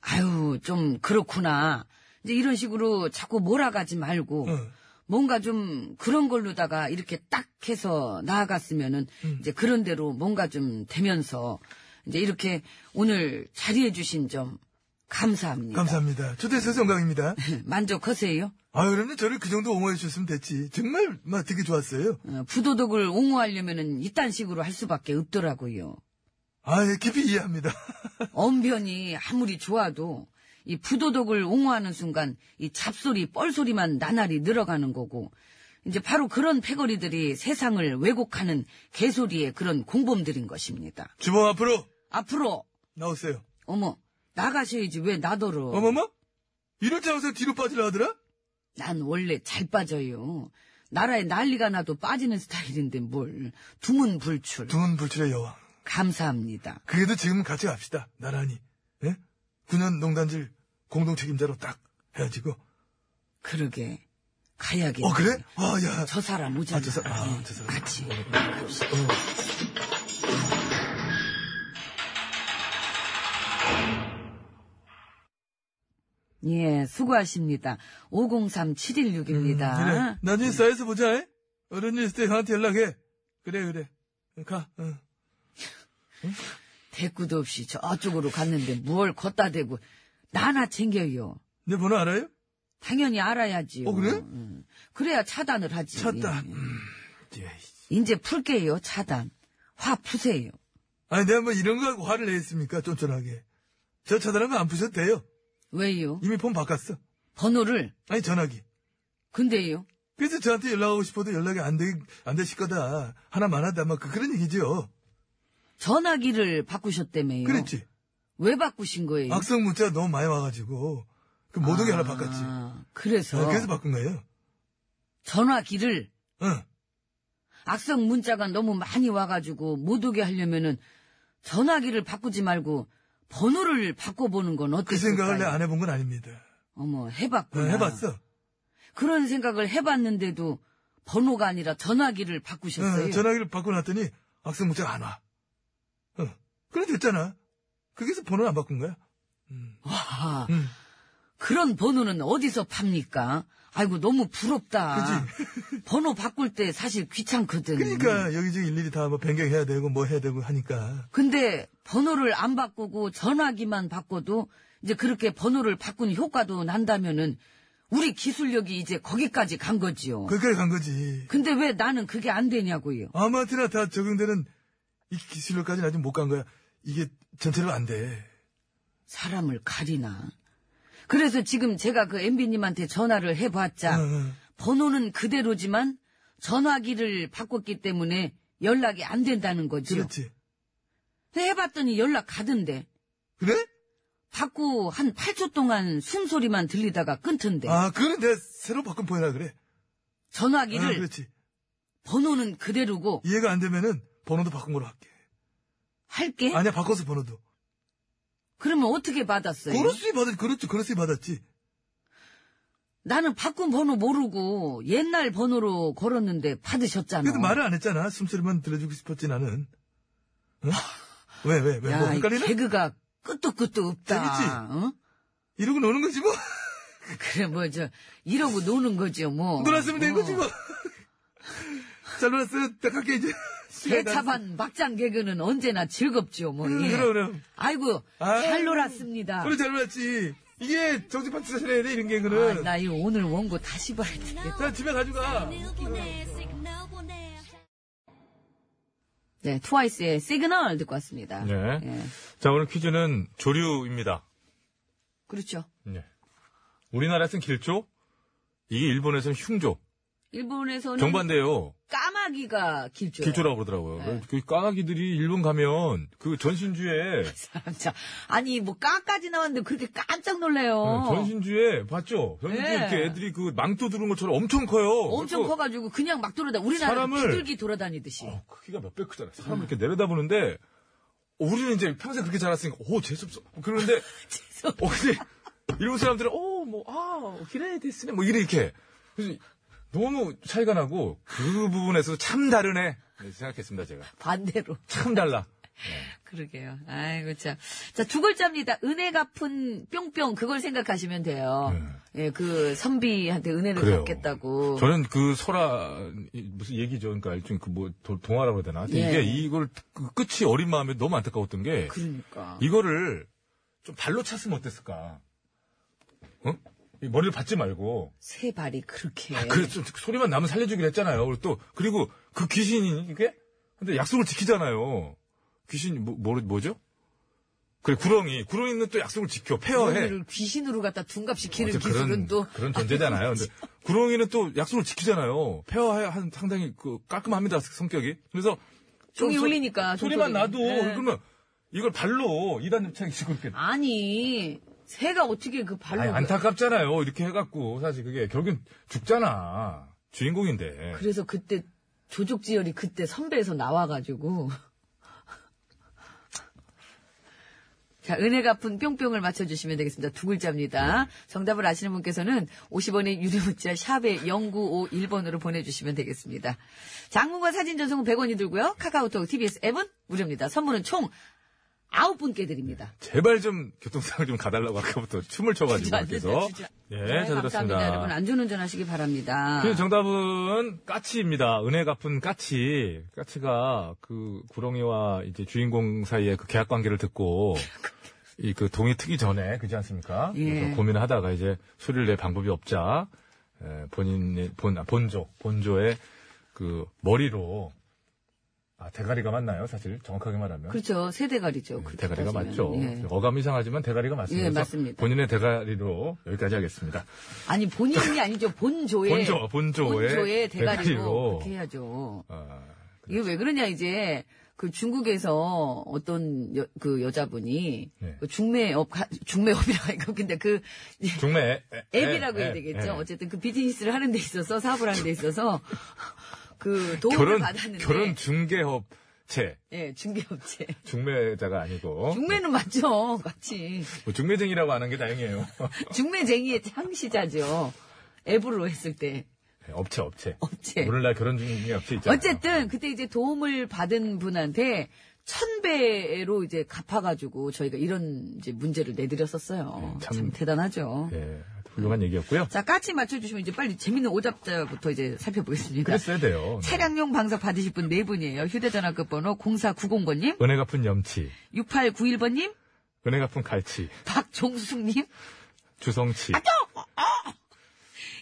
[SPEAKER 2] 아유 좀 그렇구나 이제 이런 식으로 자꾸 몰아가지 말고
[SPEAKER 1] 어.
[SPEAKER 2] 뭔가 좀 그런 걸로다가 이렇게 딱 해서 나아갔으면은 이제 그런 대로 뭔가 좀 되면서 이제 이렇게 오늘 자리해주신 점 감사합니다.
[SPEAKER 1] 감사합니다. 초대해서 영광입니다.
[SPEAKER 2] [LAUGHS] 만족하세요.
[SPEAKER 1] 아, 그럼요. 저를 그 정도 옹호해 주셨으면 됐지. 정말, 막 되게 좋았어요.
[SPEAKER 2] 어, 부도덕을 옹호하려면은 이딴 식으로 할 수밖에 없더라고요.
[SPEAKER 1] 아, 예, 깊이 이해합니다. [LAUGHS]
[SPEAKER 2] 언변이 아무리 좋아도 이 부도덕을 옹호하는 순간 이 잡소리, 뻘소리만 나날이 늘어가는 거고 이제 바로 그런 패거리들이 세상을 왜곡하는 개소리의 그런 공범들인 것입니다.
[SPEAKER 1] 주먹 앞으로
[SPEAKER 2] 앞으로
[SPEAKER 1] 나오세요.
[SPEAKER 2] 어머 나가셔야지 왜 나더러
[SPEAKER 1] 어머머? 이럴 줄 알아서 뒤로 빠지려 하더라?
[SPEAKER 2] 난 원래 잘 빠져요. 나라에 난리가 나도 빠지는 스타일인데 뭘 두문불출
[SPEAKER 1] 두문 불출의 여왕.
[SPEAKER 2] 감사합니다.
[SPEAKER 1] 그래도 지금 같이 갑시다. 나란히. 예? 9년 농단질 공동 책임자로 딱 해가지고.
[SPEAKER 2] 그러게 가야겠네.
[SPEAKER 1] 어, 그래? 아, 야.
[SPEAKER 2] 저 사람 오잖아. 예.
[SPEAKER 1] 아, 저 사람, 아, 저 사람. 어.
[SPEAKER 2] 같이 갑시다. 예, 수고하십니다. 503716입니다.
[SPEAKER 1] 그래. 나중에 싸에서 보자. 에? 어른이 있을 때 형한테 연락해. 그래 그래. 가. 응.
[SPEAKER 2] 대꾸도 없이 저쪽으로 갔는데 뭘 걷다 대고 나나 챙겨요.
[SPEAKER 1] 내 번호 알아요?
[SPEAKER 2] 당연히 알아야지요.
[SPEAKER 1] 어, 그래?
[SPEAKER 2] 음. 그래야 차단을 하지.
[SPEAKER 1] 찾다.
[SPEAKER 2] 예.
[SPEAKER 1] 음, 예.
[SPEAKER 2] 이제 풀게요, 차단. 화 푸세요.
[SPEAKER 1] 아니 내가 뭐 이런 거 하고 화를 내겠습니까? 쫀쫀하게. 저 차단한 거 안 푸셔도 돼요.
[SPEAKER 2] 왜요?
[SPEAKER 1] 이미 폰 바꿨어.
[SPEAKER 2] 번호를.
[SPEAKER 1] 아니 전화기.
[SPEAKER 2] 근데요.
[SPEAKER 1] 그래서 저한테 연락하고 싶어도 연락이 안, 되, 안 되실 거다. 하나만 하다. 막 그- 그런 얘기죠.
[SPEAKER 2] 전화기를 바꾸셨다며요.
[SPEAKER 1] 그랬지.
[SPEAKER 2] 왜 바꾸신 예. 거예요?
[SPEAKER 1] 악성 문자가 너무 많이 와가지고 그 모든 게
[SPEAKER 2] 아,
[SPEAKER 1] 하나 바꿨지. 어,
[SPEAKER 2] 그래서,
[SPEAKER 1] 그래서 바꾼 거예요.
[SPEAKER 2] 전화기를
[SPEAKER 1] 응.
[SPEAKER 2] 악성 문자가 너무 많이 와가지고 못 오게 하려면은 전화기를 바꾸지 말고 번호를 바꿔보는 건
[SPEAKER 1] 그
[SPEAKER 2] 어땠을까요?
[SPEAKER 1] 생각을 내가 안 해본 건 아닙니다.
[SPEAKER 2] 어머
[SPEAKER 1] 어,
[SPEAKER 2] 해봤구나.
[SPEAKER 1] 해봤어.
[SPEAKER 2] 그런 생각을 해봤는데도 번호가 아니라 전화기를 바꾸셨어요.
[SPEAKER 1] 응, 전화기를 바꿔놨더니 악성 문자가 안 와. 응. 그래 됐잖아. 거기서 번호를 안 바꾼 거야.
[SPEAKER 2] 와,
[SPEAKER 1] 응.
[SPEAKER 2] 그런 번호는 어디서 팝니까? 아이고 너무 부럽다. 번호 바꿀 때 사실 귀찮거든.
[SPEAKER 1] 그러니까 여기저기 일일이 다 뭐 변경해야 되고 뭐 해야 되고 하니까.
[SPEAKER 2] 근데 번호를 안 바꾸고 전화기만 바꿔도 이제 그렇게 번호를 바꾼 효과도 난다면은 우리 기술력이 이제 거기까지 간 거지요.
[SPEAKER 6] 그
[SPEAKER 1] 거기까지 간 거지.
[SPEAKER 2] 근데 왜 나는 그게 안 되냐고요.
[SPEAKER 1] 아무한테나 다 적용되는 이 기술력까지는 아직 못 간 거야. 이게 전체로 안 돼.
[SPEAKER 2] 사람을 가리나. 그래서 지금 제가 그 MB님한테 전화를 해봤자
[SPEAKER 6] 응.
[SPEAKER 2] 번호는 그대로지만 전화기를 바꿨기 때문에 연락이 안 된다는 거지요.
[SPEAKER 6] 그렇지.
[SPEAKER 2] 해봤더니 연락 가던데.
[SPEAKER 6] 그래?
[SPEAKER 2] 받고 한 8초 동안 숨소리만 들리다가 끊던데.
[SPEAKER 6] 아, 그거는 내가 새로 바꾼 번호라 그래. 아,
[SPEAKER 2] 전화기를
[SPEAKER 6] 그렇지.
[SPEAKER 2] 번호는 그대로고
[SPEAKER 6] 이해가 안 되면은 번호도 바꾼 걸로 할게.
[SPEAKER 2] 할게.
[SPEAKER 6] 아니야, 바꿔서 번호도.
[SPEAKER 2] 그러면 어떻게 받았어요?
[SPEAKER 6] 그렇지, 받았지. 그렇지, 그렇지, 받았지.
[SPEAKER 2] 나는 바꾼 번호 모르고 옛날 번호로 걸었는데 받으셨잖아.
[SPEAKER 6] 그래도 말을 안 했잖아. 숨소리만 들려주고 싶었지, 나는. 응? 왜, 왜, 왜? 뭐
[SPEAKER 2] 야, 이
[SPEAKER 6] 헷갈리나?
[SPEAKER 2] 개그가 끝도 끝도 없다.
[SPEAKER 6] 재밌지?
[SPEAKER 2] 응?
[SPEAKER 6] 이러고 노는 거지,
[SPEAKER 2] 어.
[SPEAKER 6] 뭐.
[SPEAKER 2] 그래 뭐 저 이러고 노는 거지요 뭐.
[SPEAKER 6] 놀았으면 된
[SPEAKER 2] 어. [LAUGHS]
[SPEAKER 6] 거지, 뭐. 잘 놀았어요. 딱 갈게, 이제. 시간이 다
[SPEAKER 2] 대차반 막장 개그는 언제나 즐겁지요 뭐.
[SPEAKER 6] 됐어.
[SPEAKER 2] 예.
[SPEAKER 6] 그럼, 그럼.
[SPEAKER 2] 아이고
[SPEAKER 6] 아유.
[SPEAKER 2] 잘 놀았습니다.
[SPEAKER 6] 그래, 잘 놀았지. 이게 정신판 찾아야 돼, 이런 게,
[SPEAKER 2] 아,
[SPEAKER 6] 그는.
[SPEAKER 2] 나 이거 오늘 원고 다시 봐야 되겠다.
[SPEAKER 6] 자, 집에 가져가.
[SPEAKER 2] 네, 트와이스의 시그널 듣고 왔습니다.
[SPEAKER 1] 네.
[SPEAKER 2] 예.
[SPEAKER 1] 자, 오늘 퀴즈는 조류입니다.
[SPEAKER 2] 그렇죠.
[SPEAKER 1] 네. 우리나라에서는 길조, 이게 일본에서는 흉조.
[SPEAKER 2] 일본에서는
[SPEAKER 1] 정반대요.
[SPEAKER 2] 까마귀가 길조예요. 네.
[SPEAKER 1] 길조라고 그러더라고요. 그 까마귀들이 일본 가면 그 전신주에
[SPEAKER 2] [LAUGHS] 사람 참. 아니 뭐 까까지 나왔는데 그렇게 깜짝 놀래요.
[SPEAKER 1] 네, 전신주에 봤죠? 전신주에
[SPEAKER 2] 어. 네.
[SPEAKER 1] 이렇게 애들이 그 망토 두른 것처럼 엄청 커요.
[SPEAKER 2] 엄청
[SPEAKER 1] 그래서
[SPEAKER 2] 커가지고 그냥 막 돌아다. 우리나라
[SPEAKER 1] 사람을-
[SPEAKER 2] 비둘기 돌아다니듯이.
[SPEAKER 1] 어, 크기가 몇 배 크잖아요. 사람을 이렇게 내려다보는데 어, 우리는 이제 평생 그렇게 자랐으니까 오 [LAUGHS] 재수없어. 뭐 그러는데 어, 근데 일본 사람들은 어, 오뭐아 기래 됐으네 뭐 이렇게 그래서 너무 차이가 나고 그 부분에서 참 다르네 네, 생각했습니다 제가
[SPEAKER 2] 반대로. [LAUGHS]
[SPEAKER 1] 참 달라.
[SPEAKER 2] 그러게요. 아이고 참. 자두 글자입니다. 은혜 갚은 뿅뿅 그걸 생각하시면 돼요. 예, 그 선비한테 은혜를
[SPEAKER 1] 네. 그래요.
[SPEAKER 2] 갚겠다고.
[SPEAKER 1] 저는 그 설아 이- 무슨 얘기죠. 그러니까 일종 그뭐 동화라고 해야 되나. 근데
[SPEAKER 2] 예.
[SPEAKER 1] 이게 이걸 그 끝이 어린 마음에 너무 안타까웠던 게
[SPEAKER 2] 그러니까.
[SPEAKER 1] 이거를 좀 발로 찼으면 어땠을까? 어? 이 머리를 받지 말고
[SPEAKER 2] 세 발이 그렇게.
[SPEAKER 1] 아, 그래 좀 소리만 나면 살려주기로 했잖아요. 그리고 또 그리고 그 귀신이 이게 근데 약속을 지키잖아요. 귀신이 뭐, 뭐 뭐죠? 그래 구렁이 구렁이는 또 약속을 지켜 페어해.
[SPEAKER 2] 를 귀신으로 갖다 둔갑시키는
[SPEAKER 1] 예. 어쨌든
[SPEAKER 2] 기술은
[SPEAKER 1] 그런,
[SPEAKER 2] 또
[SPEAKER 1] 그런
[SPEAKER 2] [LAUGHS]
[SPEAKER 1] 존재잖아요. 근데 구렁이는 또 약속을 지키잖아요. 페어해 한 상당히 그 깔끔합니다 성격이. 그래서
[SPEAKER 2] 종이
[SPEAKER 1] 소-
[SPEAKER 2] 울리니까
[SPEAKER 1] 소리만
[SPEAKER 2] 종소리.
[SPEAKER 1] 나도
[SPEAKER 2] 네.
[SPEAKER 1] 그러면 이걸 발로 이단 접착이 [LAUGHS] 지고 이렇게
[SPEAKER 2] 아니 새가 어떻게 그 발로
[SPEAKER 1] 아니, 안타깝잖아요. 이렇게 해갖고 사실 그게 결국엔 죽잖아. 주인공인데.
[SPEAKER 2] 그래서 그때 조족지열이 그때 선배에서 나와가지고 [LAUGHS] 자 은혜 갚은 뿅뿅을 맞춰주시면 되겠습니다. 두 글자입니다. 정답을 아시는 분께서는 50원의 유료문자 샵에 0951번으로 보내주시면 되겠습니다. 장문과 사진 전송은 100원이 들고요. 카카오톡, TBS 앱은 무료입니다. 선물은 총 9분께 드립니다.
[SPEAKER 1] 제발 좀 교통상을 좀 가달라고 아까부터 춤을 네, 춰가지고
[SPEAKER 2] 주저앉는다,
[SPEAKER 1] 그래서
[SPEAKER 2] 주저-
[SPEAKER 1] 예,
[SPEAKER 2] 네,
[SPEAKER 1] 잘
[SPEAKER 2] 감사합니다.
[SPEAKER 1] 들었습니다.
[SPEAKER 2] 여러분 안전운전 하시기 바랍니다.
[SPEAKER 1] 그 정답은 까치입니다. 은혜 갚은 까치. 까치가 그 구렁이와 이제 주인공 사이의 그 계약
[SPEAKER 2] [LAUGHS]
[SPEAKER 1] 관계를 듣고 이 그 동이 트기 전에 그지 않습니까?
[SPEAKER 2] 예.
[SPEAKER 1] 그래서 고민을 하다가 이제 소리를 낼 방법이 없자 에, 본인의 본 아, 본조 본조의 그 머리로 아 대가리가 맞나요? 사실 정확하게 말하면
[SPEAKER 2] 그렇죠. 세대가리죠. 그렇게
[SPEAKER 1] 대가리가
[SPEAKER 2] 따지면.
[SPEAKER 1] 네, 맞죠.
[SPEAKER 2] 예.
[SPEAKER 1] 어감 이상하지만 대가리가 맞습니다.
[SPEAKER 2] 예,
[SPEAKER 1] 그래서
[SPEAKER 2] 맞습니다.
[SPEAKER 1] 본인의 대가리로 여기까지 하겠습니다.
[SPEAKER 2] 아니 본인이 아니죠. 본조의
[SPEAKER 1] 본조 본조의,
[SPEAKER 2] 예. 본조의 대가리로
[SPEAKER 1] 대가리로.
[SPEAKER 2] 그렇게 해야죠.
[SPEAKER 1] 아,
[SPEAKER 2] 이게 왜 그러냐 이제 그 중국에서 어떤 여, 그 여자분이
[SPEAKER 1] 네.
[SPEAKER 2] 그 중매업 가- 중매업이라고 이거 근데 그
[SPEAKER 1] 중매 예,
[SPEAKER 2] 앱이라고
[SPEAKER 1] 네,
[SPEAKER 2] 해야 되겠죠. 어쨌든 그 비즈니스를 하는 데 있어서 사업을 하는 데 있어서 [LAUGHS] 그 도움을
[SPEAKER 1] 결혼
[SPEAKER 2] 받았는데
[SPEAKER 1] 결혼 중개업체
[SPEAKER 2] 예 중개업체
[SPEAKER 1] 중매자가 아니고
[SPEAKER 2] 중매는 맞죠. 같이
[SPEAKER 1] 뭐 중매쟁이라고 하는 게 다행이에요. [LAUGHS]
[SPEAKER 2] 중매쟁이의 창시자죠. 앱으로 했을 때
[SPEAKER 1] 네, 업체 업체.
[SPEAKER 2] 업체.
[SPEAKER 1] 오늘날 결혼 중개 업체 있잖아요.
[SPEAKER 2] 어쨌든 그때 이제 도움을 받은 분한테 천 배로 이제 갚아가지고 저희가 이런 이제 문제를 내드렸었어요.
[SPEAKER 1] 네,
[SPEAKER 2] 참,
[SPEAKER 1] 참-
[SPEAKER 2] 대단하죠.
[SPEAKER 1] 예, 훌륭한 얘기였고요.
[SPEAKER 2] 자 까치 맞춰주시면 이제 빨리 재밌는 오답자부터 이제 살펴보겠습니다.
[SPEAKER 1] 그랬어야 돼요. 네.
[SPEAKER 2] 그러니까 차량용 방석 받으실 분 네 분이에요. 휴대전화 끝번호 0490번님,
[SPEAKER 1] 은혜 갚은 염치,
[SPEAKER 2] 6891번님,
[SPEAKER 1] 은혜 갚은 갈치,
[SPEAKER 2] 박종숙님,
[SPEAKER 1] 주성치,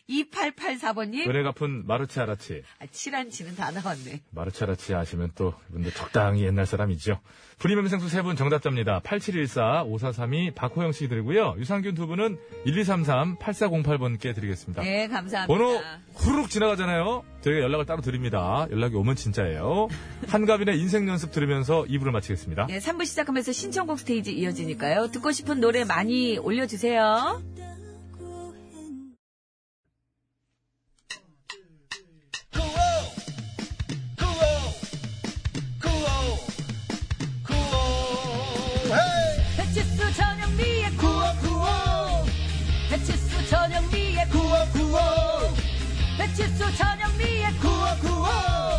[SPEAKER 2] 2884번님.
[SPEAKER 1] 은혜 갚은 마르치 아라치.
[SPEAKER 2] 아, 칠한치는 다 나왔네.
[SPEAKER 1] 마르치 아라치 아시면 또 이분들 적당히 옛날 사람이죠. 프리미엄생수 세 분 정답자입니다. 8714, 5432, 박호영 씨 드리고요. 유산균 두 분은 1233, 8408번께 드리겠습니다.
[SPEAKER 2] 네, 감사합니다.
[SPEAKER 1] 번호 후루룩 지나가잖아요. 저희가 연락을 따로 드립니다. 연락이 오면 진짜예요. 한가빈의 인생 연습 들으면서 2부를 마치겠습니다.
[SPEAKER 2] 예, 3부 시작하면서 신청곡 스테이지 이어지니까요. 듣고 싶은 노래 많이 올려주세요. 아. 배치수 전영미의 구호 배치수 전영미의 구호 배치수 전영미의 구호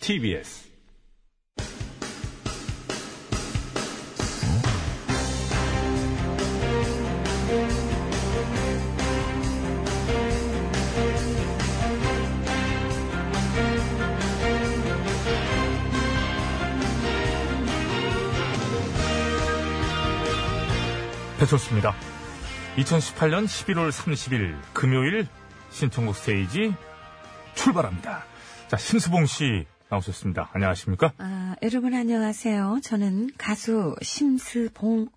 [SPEAKER 1] TBS. 배쳤습니다. 2018년 11월 30일 금요일 신청곡 스테이지 출발합니다. 자, 심수봉 씨 나오셨습니다. 안녕하십니까?
[SPEAKER 2] 아, 여러분 안녕하세요. 저는 가수 심스봉입니다.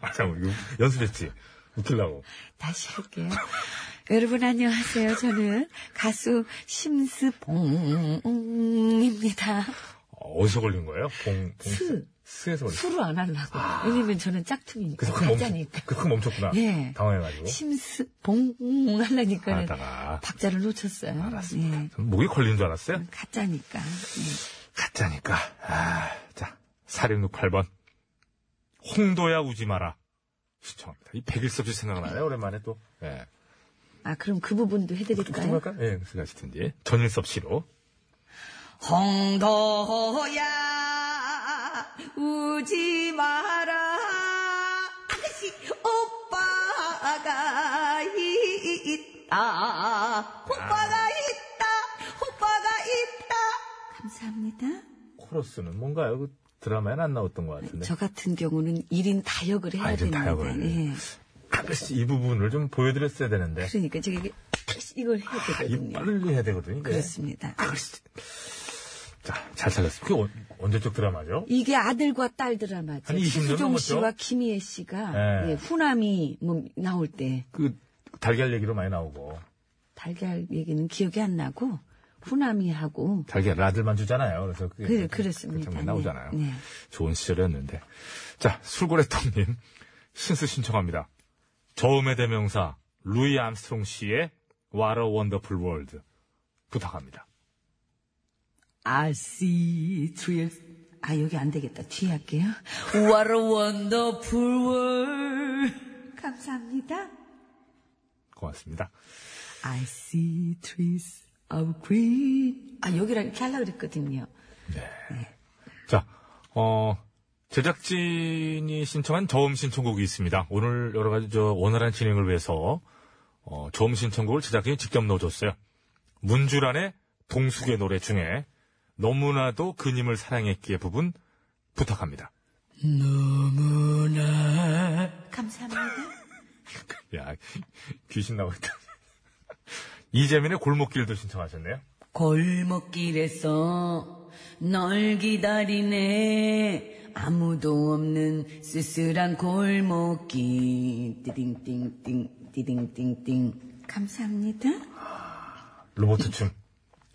[SPEAKER 1] 아, 잠깐만, 이거 연습했지? 웃기려고.
[SPEAKER 2] 다시 할게요. 여러분 안녕하세요. 저는 가수 심스봉입니다.
[SPEAKER 1] 어디서 걸린 거예요? 봉, 봉.
[SPEAKER 2] 스.
[SPEAKER 1] 스에서 걸린 거예요.
[SPEAKER 2] 술을 안 하려고. 왜냐면 저는 짝퉁이니까.
[SPEAKER 1] 그래서 큰 멈췄,
[SPEAKER 2] 가짜니까.
[SPEAKER 1] 그큰 멈췄구나.
[SPEAKER 2] 예.
[SPEAKER 1] 당황해가지고.
[SPEAKER 2] 심스봉
[SPEAKER 1] 아,
[SPEAKER 2] 하려니까
[SPEAKER 1] 알았다가.
[SPEAKER 2] 박자를 놓쳤어요.
[SPEAKER 1] 알았습니다.
[SPEAKER 2] 예.
[SPEAKER 1] 저는 목이 걸린
[SPEAKER 2] 음.
[SPEAKER 1] 줄 알았어요?
[SPEAKER 2] 가짜니까. 예.
[SPEAKER 1] 가짜니까. 아, 자, 4668번. 홍도야 우지 마라. 시청합니다. 이 백일섭씨 생각나네요, 오랜만에 또. 예.
[SPEAKER 2] 아 그럼 그 부분도
[SPEAKER 1] 그쪽
[SPEAKER 2] 해드릴까요?
[SPEAKER 1] 할까? 예, 무슨 하시든지. 전일섭 씨로.
[SPEAKER 2] 홍도야 우지 마라 아가씨 오빠가 있다 오빠가 있다 오빠가 있다 감사합니다
[SPEAKER 1] 네. 코러스는 뭔가요? 그 드라마에는 안 나왔던 것 같은데.
[SPEAKER 2] 저 같은 경우는 1인 다역을 해야
[SPEAKER 1] 아, 1인
[SPEAKER 2] 되는데
[SPEAKER 1] 다역을.
[SPEAKER 2] 예.
[SPEAKER 1] 아저씨 이 부분을 좀 보여드렸어야 되는데.
[SPEAKER 2] 그러니까 제가 이게 다시 이걸 해야
[SPEAKER 1] 아, 이
[SPEAKER 2] 되거든요
[SPEAKER 1] 빨리 해야 되거든요. 이게.
[SPEAKER 2] 그렇습니다
[SPEAKER 1] 아저씨. 자, 잘 살렸어. 그게 언- 언제적 드라마죠?
[SPEAKER 2] 이게 아들과 딸 드라마죠.
[SPEAKER 1] 한 20년
[SPEAKER 2] 수종
[SPEAKER 1] 넘었죠?
[SPEAKER 2] 씨와 김희애 씨가
[SPEAKER 1] 예.
[SPEAKER 2] 예, 후남이 뭐 나올 때
[SPEAKER 1] 그 달걀 얘기로 많이 나오고.
[SPEAKER 2] 달걀 얘기는 기억이 안 나고 후남이하고
[SPEAKER 1] 달걀 아들만 주잖아요. 그래서 그게
[SPEAKER 2] 그
[SPEAKER 1] 그- 그
[SPEAKER 2] 그랬습니다.
[SPEAKER 1] 장면
[SPEAKER 2] 네.
[SPEAKER 1] 나오잖아요.
[SPEAKER 2] 네.
[SPEAKER 1] 좋은 시절이었는데. 자, 술고래떡님 [LAUGHS] 신스 신청합니다. 저음의 대명사 루이 암스트롱 씨의 What a Wonderful World 부탁합니다.
[SPEAKER 2] I see trees. 아 여기 안 되겠다. 뒤에 할게요. What a wonderful world. 감사합니다.
[SPEAKER 1] 고맙습니다.
[SPEAKER 2] I see trees of green. 아 여기랑 이렇게 하려고 그랬거든요.
[SPEAKER 1] 자, 어, 제작진이 신청한 저음 신청곡이 있습니다. 오늘 여러 가지 저 원활한 진행을 위해서 어, 저음 신청곡을 제작진이 직접 넣어줬어요. 문주란의 동숙의 노래 중에 너무나도 그님을 사랑했기에 부분 부탁합니다.
[SPEAKER 2] 감사합니다.
[SPEAKER 1] 야, [LAUGHS] 귀신 나오겠다 [LAUGHS] 이재민의 골목길도 신청하셨네요.
[SPEAKER 2] 골목길에서 널 기다리네. 아무도 없는 쓸쓸한 골목길. 띠딩띵띵, 띠딩띵띵. 감사합니다.
[SPEAKER 1] 로보트 춤.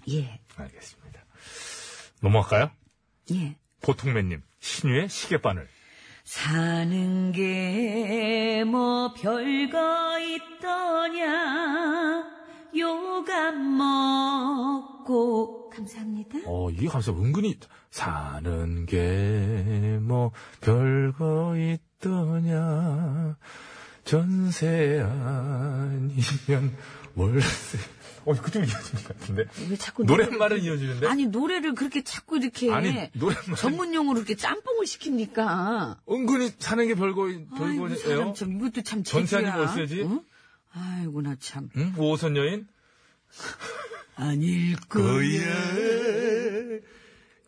[SPEAKER 2] 예,
[SPEAKER 1] 알겠습니다. 넘어갈까요?
[SPEAKER 2] 예.
[SPEAKER 1] 보통맨님, 신유의 시계바늘.
[SPEAKER 2] 사는 게 뭐 별거 있더냐. 요감 먹고. 감사합니다.
[SPEAKER 1] 어, 이게 감사 은근히 사는 게 뭐 별거 있더냐 전세 아니면 월세 어 그쪽이 이어지는 것 같은데
[SPEAKER 2] 왜 자꾸
[SPEAKER 1] 노랫말은 이어지는데
[SPEAKER 2] 아니 노래를 그렇게 자꾸 이렇게
[SPEAKER 1] 아니, 노랫말.
[SPEAKER 2] 전문용어로 이렇게 짬뽕을 시킵니까?
[SPEAKER 1] 은근히 사는 게 별거
[SPEAKER 2] 아이고 사람
[SPEAKER 1] 별거예요
[SPEAKER 2] 참 이것도 참
[SPEAKER 1] 전세
[SPEAKER 2] 재주야.
[SPEAKER 1] 아니면 월세지?
[SPEAKER 2] 응? 아이고 나 참
[SPEAKER 1] 응? 5호선 여인
[SPEAKER 2] 아닐 거야.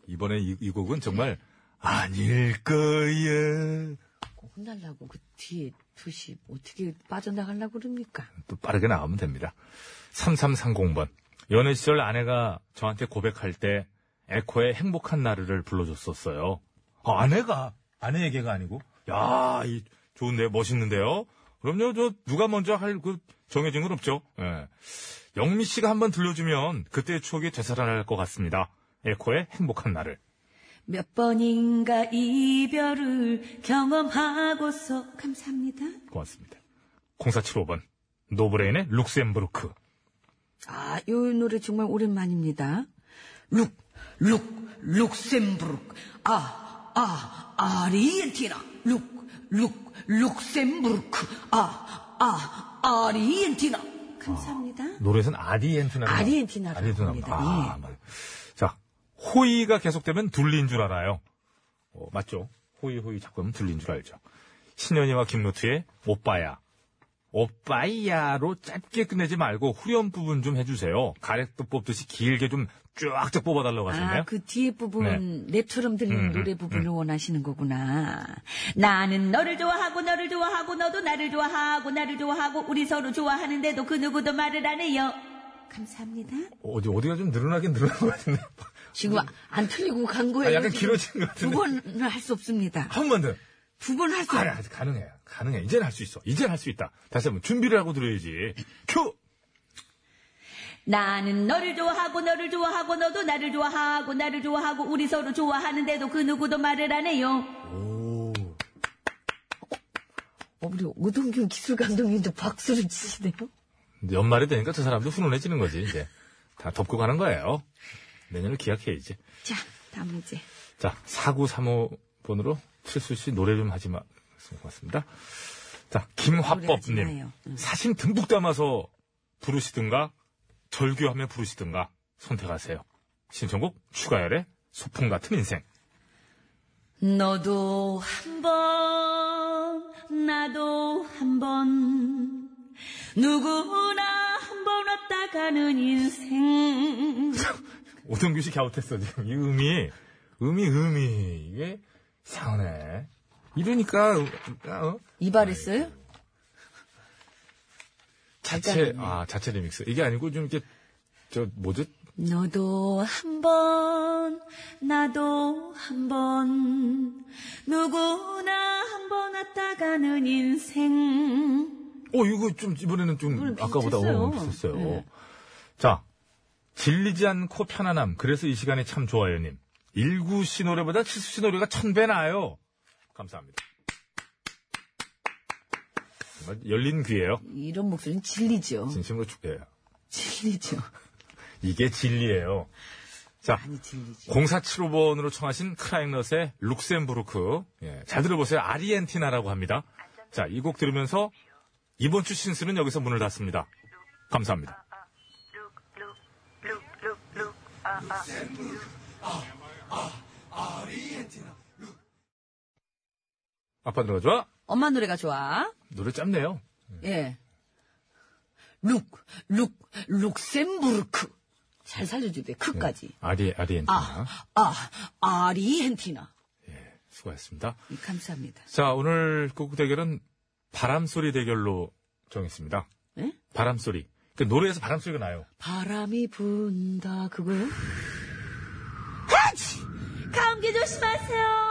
[SPEAKER 1] 이번에 이, 이 곡은 정말
[SPEAKER 6] 아닐 거야.
[SPEAKER 2] 혼날라고 그 뒤에 두시 어떻게 빠져나가려고 그럽니까?
[SPEAKER 1] 또 빠르게 나가면 됩니다. 3330번. 연애 시절 아내가 저한테 고백할 때 에코의 행복한 나르를 불러줬었어요. 아, 아내가? 아내 얘기가 아니고? 야, 이, 좋은데, 멋있는데요? 그럼요, 저, 누가 먼저 할, 그, 정해진 건 없죠. 예. 영미 씨가 한번 들려주면 그때의 추억이 되살아날 것 같습니다. 에코의 행복한 나를.
[SPEAKER 2] 몇 번인가 이별을 경험하고서 감사합니다.
[SPEAKER 1] 고맙습니다. 0475번. 노브레인의 룩셈부르크.
[SPEAKER 2] 아, 이 노래 정말 오랜만입니다. 룩, 룩, 룩셈부르크. 아, 아, 아르헨티나. 룩, 룩, 룩셈부르크. 아, 아, 아르헨티나. 감사합니다.
[SPEAKER 1] 노래에선 아디엔트나.
[SPEAKER 2] 아르헨티나라고
[SPEAKER 1] 아. 아디엔트나.
[SPEAKER 2] 합니다.
[SPEAKER 1] 아,
[SPEAKER 2] 예.
[SPEAKER 1] 맞아요. 자, 호의가 계속되면 둘린 줄 알아요. 어, 맞죠? 호의, 호의 자꾸 하면 둘린 줄 알죠. 신현이와 김노트의 오빠야. 오빠야로 짧게 끝내지 말고 후렴 부분 좀 해주세요. 가래떡 뽑듯이 길게 좀 쫙쫙 뽑아달라고 하셨네요.
[SPEAKER 2] 아, 그 뒤에 부분, 내처럼 들리는
[SPEAKER 1] 음,
[SPEAKER 2] 노래 부분을 원하시는 거구나. 나는 너를 좋아하고, 너를 좋아하고, 너도 나를 좋아하고, 나를 좋아하고, 우리 서로 좋아하는데도 그 누구도 말을 안 해요. 감사합니다.
[SPEAKER 1] 어디, 어디가 좀 늘어나긴 늘어난 것 같은데.
[SPEAKER 2] 지금 안 틀리고 간 거예요.
[SPEAKER 1] 음. 아, 약간 아,
[SPEAKER 2] 지금.
[SPEAKER 1] 길어진 것
[SPEAKER 2] 두
[SPEAKER 1] 같은데.
[SPEAKER 2] 번은 할 수 없습니다.
[SPEAKER 1] 한 번 더.
[SPEAKER 2] 두 번 할 수.
[SPEAKER 1] 가능, 가능해. 가능해. 이제는 할 수 있어. 이제는 할 수 있다. 다시 한번 준비를 하고 들어야지. 큐!
[SPEAKER 2] 나는 너를 좋아하고 너를 좋아하고 너도 나를 좋아하고 나를 좋아하고 우리 서로 좋아하는데도 그 누구도 말을 안 해요. 오. 어, 우리 오동균 기술 감독님도 박수를 치시네요.
[SPEAKER 1] 연말이 되니까 저 사람도 훈훈해지는 거지, 이제. 다 덮고 가는 거예요. 내년을 기약해야지.
[SPEAKER 2] 자, 다음 문제.
[SPEAKER 1] 자, 4935번으로 칠수 씨 노래 좀 하지 마. 고맙습니다. 자,
[SPEAKER 2] 노래하지 마요. 음.
[SPEAKER 1] 김화법님.
[SPEAKER 2] 응.
[SPEAKER 1] 사심 듬뿍 담아서 부르시든가, 절규하며 부르시든가, 선택하세요. 신청곡, 추가열의 소풍 같은 인생.
[SPEAKER 2] 너도 한번 나도 한번 누구나 한번 왔다 가는 인생
[SPEAKER 1] 오동규 씨 갸웃했어, 지금. 이 음이, 음이, 음이. 이게 이상하네. 이러니까, 음, 어?
[SPEAKER 2] 이발했어요?
[SPEAKER 1] 자체,
[SPEAKER 2] 음.
[SPEAKER 1] 아, 자체 리믹스. 이게 아니고 좀 이렇게, 저, 뭐지?
[SPEAKER 2] 너도 한번 나도 한번 누구나 한번 왔다 가는 인생
[SPEAKER 1] 어, 이거 좀, 이번에는 좀,
[SPEAKER 2] 이번엔
[SPEAKER 1] 아까보다
[SPEAKER 2] 비슷했어요.
[SPEAKER 1] 어, 비슷했어요.
[SPEAKER 2] 네.
[SPEAKER 1] 자, 질리지 않고 편안함. 그래서 이 시간이 참 좋아요님. 일구 씨 노래보다 칠수 씨 노래가 천 배 나아요. 감사합니다. 정말 열린 귀예요
[SPEAKER 2] 이런 목소리는 진리죠
[SPEAKER 1] 진심으로 축하해요.
[SPEAKER 2] 진리죠
[SPEAKER 1] 이게 진리예요. 자,
[SPEAKER 2] 아니 진리죠
[SPEAKER 1] 0475번으로 청하신 크라잉넛의 룩셈부르크. 예, 잘 들어보세요. 아리엔티나라고 합니다. 자, 이 곡 들으면서 이번 주 신스는 여기서 문을 닫습니다. 감사합니다. 아빠 노래 좋아?
[SPEAKER 2] 엄마 노래가 좋아
[SPEAKER 1] 노래 짧네요.
[SPEAKER 2] 예. 룩, 룩, 룩셈부르크. 잘 살려주대, 크까지.
[SPEAKER 4] 네.
[SPEAKER 1] 아리, 아리엔티나.
[SPEAKER 2] 아, 아, 아리헨티나.
[SPEAKER 1] 수고하셨습니다.
[SPEAKER 2] 예, 감사합니다.
[SPEAKER 1] 자, 오늘 곡 대결은 바람소리 대결로 정했습니다.
[SPEAKER 2] 예?
[SPEAKER 1] 바람소리. 그 노래에서 바람소리가 나요.
[SPEAKER 2] 바람이 분다, 그거요? 하치! 감기 조심하세요!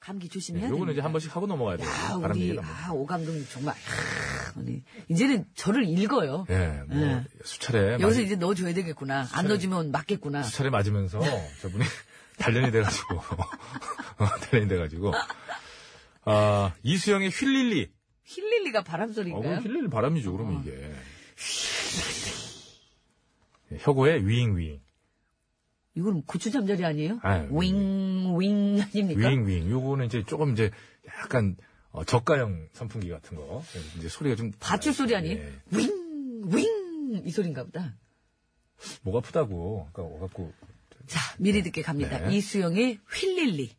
[SPEAKER 2] 감기 조심해야 돼.
[SPEAKER 1] 요거는 이제 한 번씩 하고 넘어가야 돼요.
[SPEAKER 2] 아,
[SPEAKER 1] 바람
[SPEAKER 2] 우리,
[SPEAKER 1] 얘기는 뭐.
[SPEAKER 2] 아, 오감독님 정말, 아, 우리. 이제는 저를 읽어요.
[SPEAKER 1] 예, 뭐,
[SPEAKER 2] 예.
[SPEAKER 1] 수차례.
[SPEAKER 2] 여기서
[SPEAKER 1] 맞,
[SPEAKER 2] 이제 넣어줘야 되겠구나. 안 넣어주면 맞겠구나.
[SPEAKER 1] 수차례 맞으면서 저분이 [LAUGHS] 단련이 돼가지고. [LAUGHS] 어, 단련이 돼가지고. 아, 이수영의 휠릴리.
[SPEAKER 2] 힐릴리가
[SPEAKER 1] 어, 그럼
[SPEAKER 2] 바람소리인가요? 어.
[SPEAKER 1] 휠릴리 바람이죠, 그러면 이게. 예, 혁오의 위잉 위잉.
[SPEAKER 2] 이건 고추 잠자리 아니에요?
[SPEAKER 1] 아유, 네.
[SPEAKER 2] 윙, 윙 아닙니까?
[SPEAKER 1] 위잉 위잉. 요거는 이제 조금 이제 약간 어, 저가형 선풍기 같은 거. 이제 소리가 좀.
[SPEAKER 2] 밧줄 소리 아니에요?
[SPEAKER 1] 예,
[SPEAKER 2] 윙, 윙, 이 소린가 보다.
[SPEAKER 1] 목 아프다고. 그러니까 와갖고.
[SPEAKER 2] 자, 미리 듣게 갑니다.
[SPEAKER 1] 네.
[SPEAKER 2] 이수영의 휠릴리.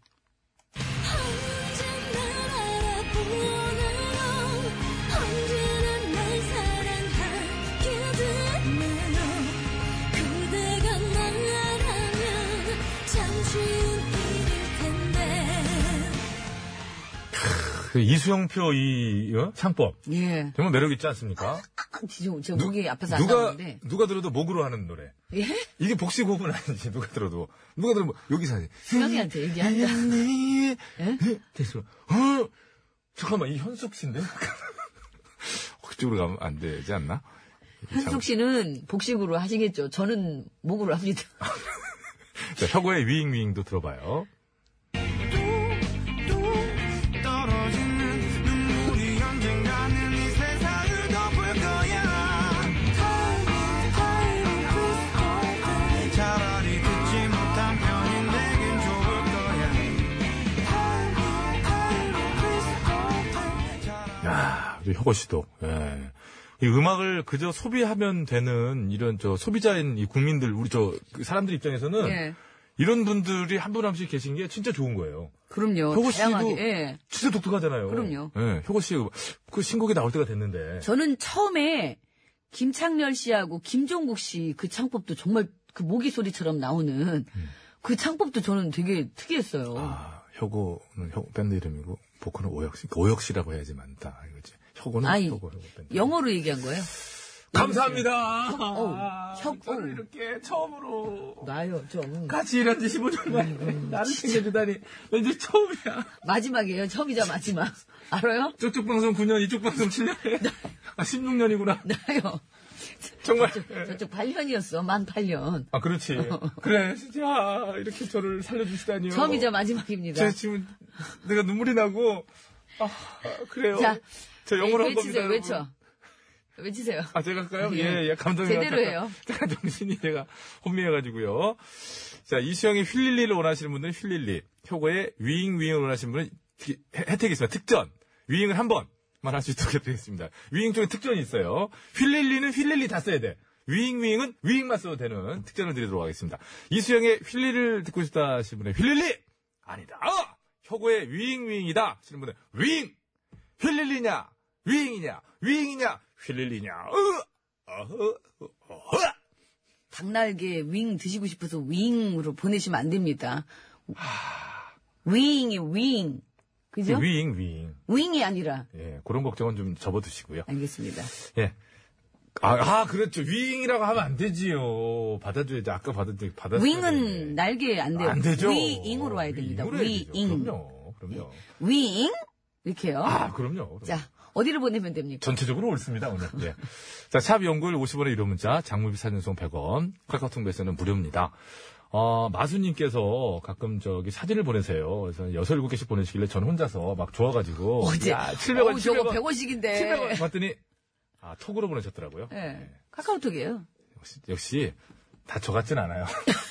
[SPEAKER 7] 그대가 나라면 참 쉬운
[SPEAKER 1] 그 이수영표 이 어? 창법
[SPEAKER 2] 예.
[SPEAKER 1] 정말 매력 있지 않습니까?
[SPEAKER 2] 아, 지금 제 목이 앞에서 안
[SPEAKER 1] 누가
[SPEAKER 2] 나오는데.
[SPEAKER 1] 누가 들어도 목으로 하는 노래.
[SPEAKER 2] 예?
[SPEAKER 1] 이게 복식호흡은 아니지 누가 들어도 누가 들어도 여기서 하지.
[SPEAKER 2] 수영이한테 얘기한다.
[SPEAKER 1] 네.
[SPEAKER 2] 예?
[SPEAKER 1] 됐어. 어? 잠깐만 이 현숙 씨인데 [LAUGHS] 어, 그쪽으로 가면 안 되지 않나?
[SPEAKER 2] 한숙 씨는 복식으로 하시겠죠. 저는 목으로 합니다.
[SPEAKER 1] 자, 혁오의 위잉위잉도 들어봐요.
[SPEAKER 4] 떨어지는 눈물이 언젠가는 이 세상을 덮을 거야 차라리 듣지 못한 편이 내겐 좋을 거야
[SPEAKER 1] 야, 우리 혁오 씨도. 예. 이 음악을 그저 소비하면 되는 이런 저 소비자인 이 국민들 우리 저그 사람들 입장에서는
[SPEAKER 2] 예.
[SPEAKER 1] 이런 분들이 한 분 한 분씩 계신 게 진짜 좋은 거예요.
[SPEAKER 2] 그럼요.
[SPEAKER 1] 효고 씨도-
[SPEAKER 2] 다양하게. 예.
[SPEAKER 1] 진짜 독특하잖아요.
[SPEAKER 2] 그럼요.
[SPEAKER 1] 예, 효고 씨, 그 신곡이 나올 때가 됐는데.
[SPEAKER 2] 저는 처음에 김창렬 씨하고 김종국 씨 그 창법도 정말 그 모기 소리처럼 나오는 그 창법도 저는 되게 특이했어요. 아,
[SPEAKER 1] 음. 아, 혁오는 혁 밴드 이름이고, 보컬은 오혁 씨. 그러니까 오혁 씨라고 해야지 많다. 이거지. 혁오는
[SPEAKER 2] 아이, 예.
[SPEAKER 1] 혁오, 혁오 밴드.
[SPEAKER 2] 영어로 얘기한 거예요?
[SPEAKER 1] 감사합니다.
[SPEAKER 2] 어우,
[SPEAKER 1] 저를
[SPEAKER 2] 혁오.
[SPEAKER 1] 아, 이렇게 처음으로
[SPEAKER 2] 나요, 좀.
[SPEAKER 1] 같이 일한 지 15년
[SPEAKER 3] 음,
[SPEAKER 1] 만에 나를 챙겨주다니 왠지 처음이야.
[SPEAKER 2] 마지막이에요. 처음이자
[SPEAKER 1] [LAUGHS]
[SPEAKER 2] 마지막. 알아요?
[SPEAKER 1] 저쪽 방송 9년, 이쪽
[SPEAKER 2] [LAUGHS]
[SPEAKER 1] 방송
[SPEAKER 2] 네.
[SPEAKER 1] 7년. 아, 16년이구나.
[SPEAKER 2] 나요.
[SPEAKER 1] 정말.
[SPEAKER 2] 저쪽 8년이었어. 만 8년.
[SPEAKER 1] 아, 그렇지. 그래, 진짜 이렇게 저를 살려주시다니요.
[SPEAKER 2] 처음이자 마지막입니다.
[SPEAKER 1] 제 지금 내가 눈물이 나고 아, 아, 그래요.
[SPEAKER 2] 자, 네, 그렇죠,
[SPEAKER 1] 저 영어로 한 겁니다.
[SPEAKER 2] 외치세요,
[SPEAKER 1] 여러분.
[SPEAKER 2] 외쳐. 외치세요.
[SPEAKER 1] 아, 제가 할까요?
[SPEAKER 2] 예.
[SPEAKER 1] 예, 예, [LAUGHS] 감독님.
[SPEAKER 2] 제대로 해요.
[SPEAKER 1] 제가 정신이 제가 혼미해가지고요. 자, 이수영의 휠릴리를 원하시는 분들은 휠릴리, 효고의 위잉 위잉을 원하시는 분은 특- 혜- 혜택이 있습니다. 특전. 위잉을 한 번만 할 수 있도록 해드리겠습니다. 위잉 쪽에 특전이 있어요. 휠릴리는 휠릴리 다 써야 돼. 위잉 위잉은 위잉만 써도 되는 특전을 드리도록 하겠습니다. 이수영의 휠릴리를 듣고 싶다 하시는 분은 휠릴리! 아니다. 어! 효고의 위잉 위잉이다 하시는 분은 위잉! 휠릴리냐, 위잉이냐, 위잉이냐, 휠릴리냐, 으, 어허, 어허.
[SPEAKER 2] 닭날개 윙 드시고 싶어서 윙으로 보내시면 안 됩니다. 윙이 윙. 그죠?
[SPEAKER 1] 위잉, 위잉.
[SPEAKER 2] 윙이 아니라.
[SPEAKER 1] 예, 그런 걱정은 좀 접어두시고요.
[SPEAKER 2] 알겠습니다.
[SPEAKER 1] 예. 아, 아, 그렇죠. 위잉이라고 하면 안 되지요. 받아줘야지. 아까 받아줘, 받아줘.
[SPEAKER 2] 윙은 날개 안 돼요.
[SPEAKER 1] 예. 아, 안 되죠.
[SPEAKER 2] 위잉으로 와야 됩니다.
[SPEAKER 1] 위잉으로 해야 되죠.
[SPEAKER 2] 위잉.
[SPEAKER 1] 그럼요. 그럼요.
[SPEAKER 2] 윙? 이렇게요.
[SPEAKER 1] 아, 그럼요. 그럼요.
[SPEAKER 2] 자, 어디로 보내면 됩니까?
[SPEAKER 1] 전체적으로 옳습니다, 오늘. 예. 자, 샵 연구일 50원의 이름 문자, 장무비 사진송 100원, 카카오톡 메시는 무료입니다. 어, 마수님께서 가끔 저기 사진을 보내세요. 그래서 여섯 일곱 개씩 보내시길래 전 혼자서 막 좋아가지고.
[SPEAKER 2] 어제.
[SPEAKER 1] 야, 700원,
[SPEAKER 2] 어우, 저거
[SPEAKER 1] 700원. 700원.
[SPEAKER 2] 100원씩인데.
[SPEAKER 1] 봤더니, 아, 톡으로 보내셨더라고요.
[SPEAKER 2] 예. 카카오톡이에요.
[SPEAKER 1] 역시, 역시 다 저 같진 않아요.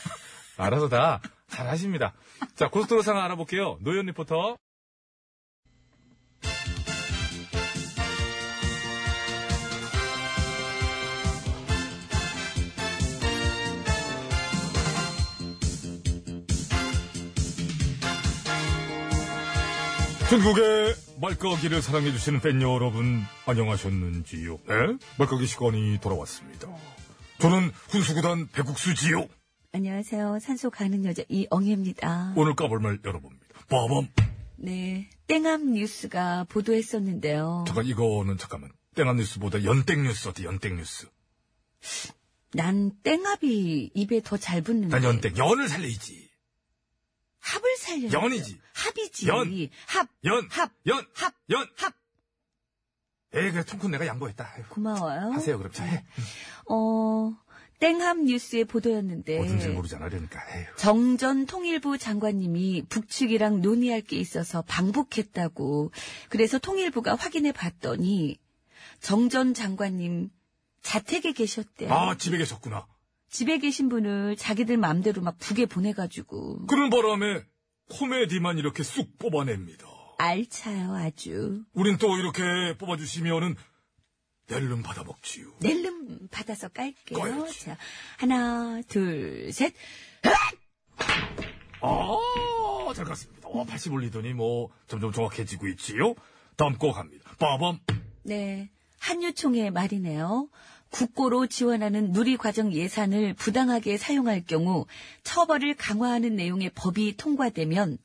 [SPEAKER 1] [LAUGHS] 알아서 다 잘하십니다. 자, 고속도로 상황 알아볼게요. 노현 리포터. 중국의 말까기를 사랑해주시는 팬 여러분, 안녕하셨는지요? 네? 말까기 시간이 돌아왔습니다. 저는 훈수구단 백국수지요.
[SPEAKER 7] 안녕하세요. 산소 가는 여자 이엉입니다.
[SPEAKER 1] 오늘 까불말 열어봅니다. 빠밤.
[SPEAKER 7] 네, 땡암 뉴스가 보도했었는데요.
[SPEAKER 1] 잠깐, 이거는 잠깐만. 땡한 뉴스보다 연땡 뉴스 어때, 연땡 뉴스.
[SPEAKER 7] 난 땡압이 입에 더 잘 붙는데.
[SPEAKER 1] 난 연땡. 연을 살리지.
[SPEAKER 7] 합을 살려.
[SPEAKER 1] 연이지.
[SPEAKER 7] 합이지.
[SPEAKER 1] 연.
[SPEAKER 7] 합.
[SPEAKER 1] 연.
[SPEAKER 7] 합.
[SPEAKER 1] 연.
[SPEAKER 7] 합.
[SPEAKER 1] 연.
[SPEAKER 7] 합.
[SPEAKER 1] 에이, 그래, 통큰 내가 양보했다. 아이고,
[SPEAKER 7] 고마워요.
[SPEAKER 1] 하세요, 그럼. 자, 해.
[SPEAKER 7] 어, 땡함 뉴스의 보도였는데.
[SPEAKER 1] 뭐든지 모르잖아, 그러니까. 에휴.
[SPEAKER 7] 정전 통일부 장관님이 북측이랑 논의할 게 있어서 방북했다고. 그래서 통일부가 확인해 봤더니 정전 장관님 자택에 계셨대요.
[SPEAKER 1] 아, 집에 계셨구나.
[SPEAKER 7] 집에 계신 분을 자기들 마음대로 막 북에 보내가지고
[SPEAKER 1] 그런 바람에 코미디만 이렇게 쑥 뽑아냅니다.
[SPEAKER 7] 알차요 아주
[SPEAKER 1] 우린 또 이렇게 뽑아주시면은 낼름 받아먹지요.
[SPEAKER 7] 낼름 받아서 깔게요.
[SPEAKER 1] 꺼야지.
[SPEAKER 7] 자 하나 둘셋
[SPEAKER 1] 아, 잘 갔습니다. 어, 80 올리더니 뭐 점점 정확해지고 있지요. 다음 거 갑니다. 빠밤.
[SPEAKER 7] 네. 한유총의 말이네요. 국고로 지원하는 누리과정 예산을 부당하게 사용할 경우 처벌을 강화하는 내용의 법이 통과되면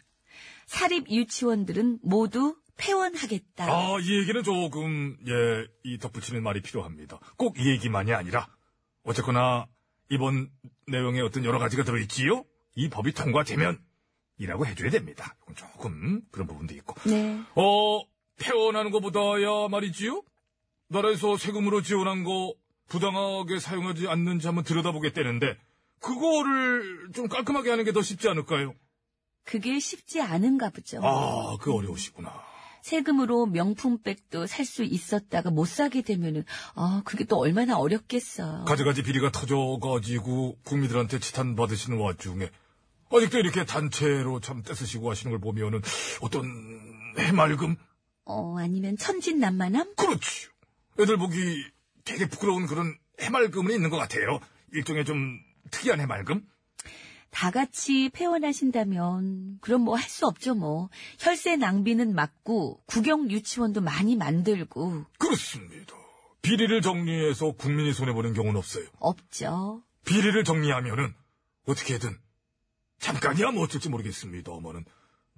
[SPEAKER 7] 사립 유치원들은 모두
[SPEAKER 2] 폐원하겠다.
[SPEAKER 1] 아, 이 얘기는 조금, 예, 이 덧붙이는 말이 필요합니다. 꼭 이 얘기만이 아니라, 어쨌거나, 이번 내용에 어떤 여러 가지가 들어있지요? 이 법이 통과되면, 이라고 해줘야 됩니다. 이건 조금, 그런 부분도 있고.
[SPEAKER 2] 네.
[SPEAKER 1] 어, 폐원하는 것보다야 말이지요? 나라에서 세금으로 지원한 거 부당하게 사용하지 않는지 한번 들여다보겠다는데, 그거를 좀 깔끔하게 하는 게 더 쉽지 않을까요?
[SPEAKER 2] 그게 쉽지 않은가 보죠.
[SPEAKER 1] 아, 그 어려우시구나.
[SPEAKER 2] 세금으로 명품백도 살 수 있었다가 못 사게 되면은 아 그게 또 얼마나 어렵겠어.
[SPEAKER 1] 가지가지 비리가 터져가지고 국민들한테 지탄받으시는 와중에 아직도 이렇게 단체로 참 떼쓰시고 하시는 걸 보면은 어떤 해맑음?
[SPEAKER 2] 어 아니면 천진난만함?
[SPEAKER 1] 그렇지. 애들 보기 되게 부끄러운 그런 해맑음은 있는 것 같아요. 일종의 좀 특이한 해맑음?
[SPEAKER 2] 다 같이 폐원하신다면 그럼 뭐 할 수 없죠 뭐. 혈세 낭비는 막고 국영 유치원도 많이 만들고
[SPEAKER 1] 그렇습니다. 비리를 정리해서 국민이 손해보는 경우는 없어요.
[SPEAKER 2] 없죠.
[SPEAKER 1] 비리를 정리하면은 어떻게든 잠깐이야 뭐 어쩔지 모르겠습니다. 어머는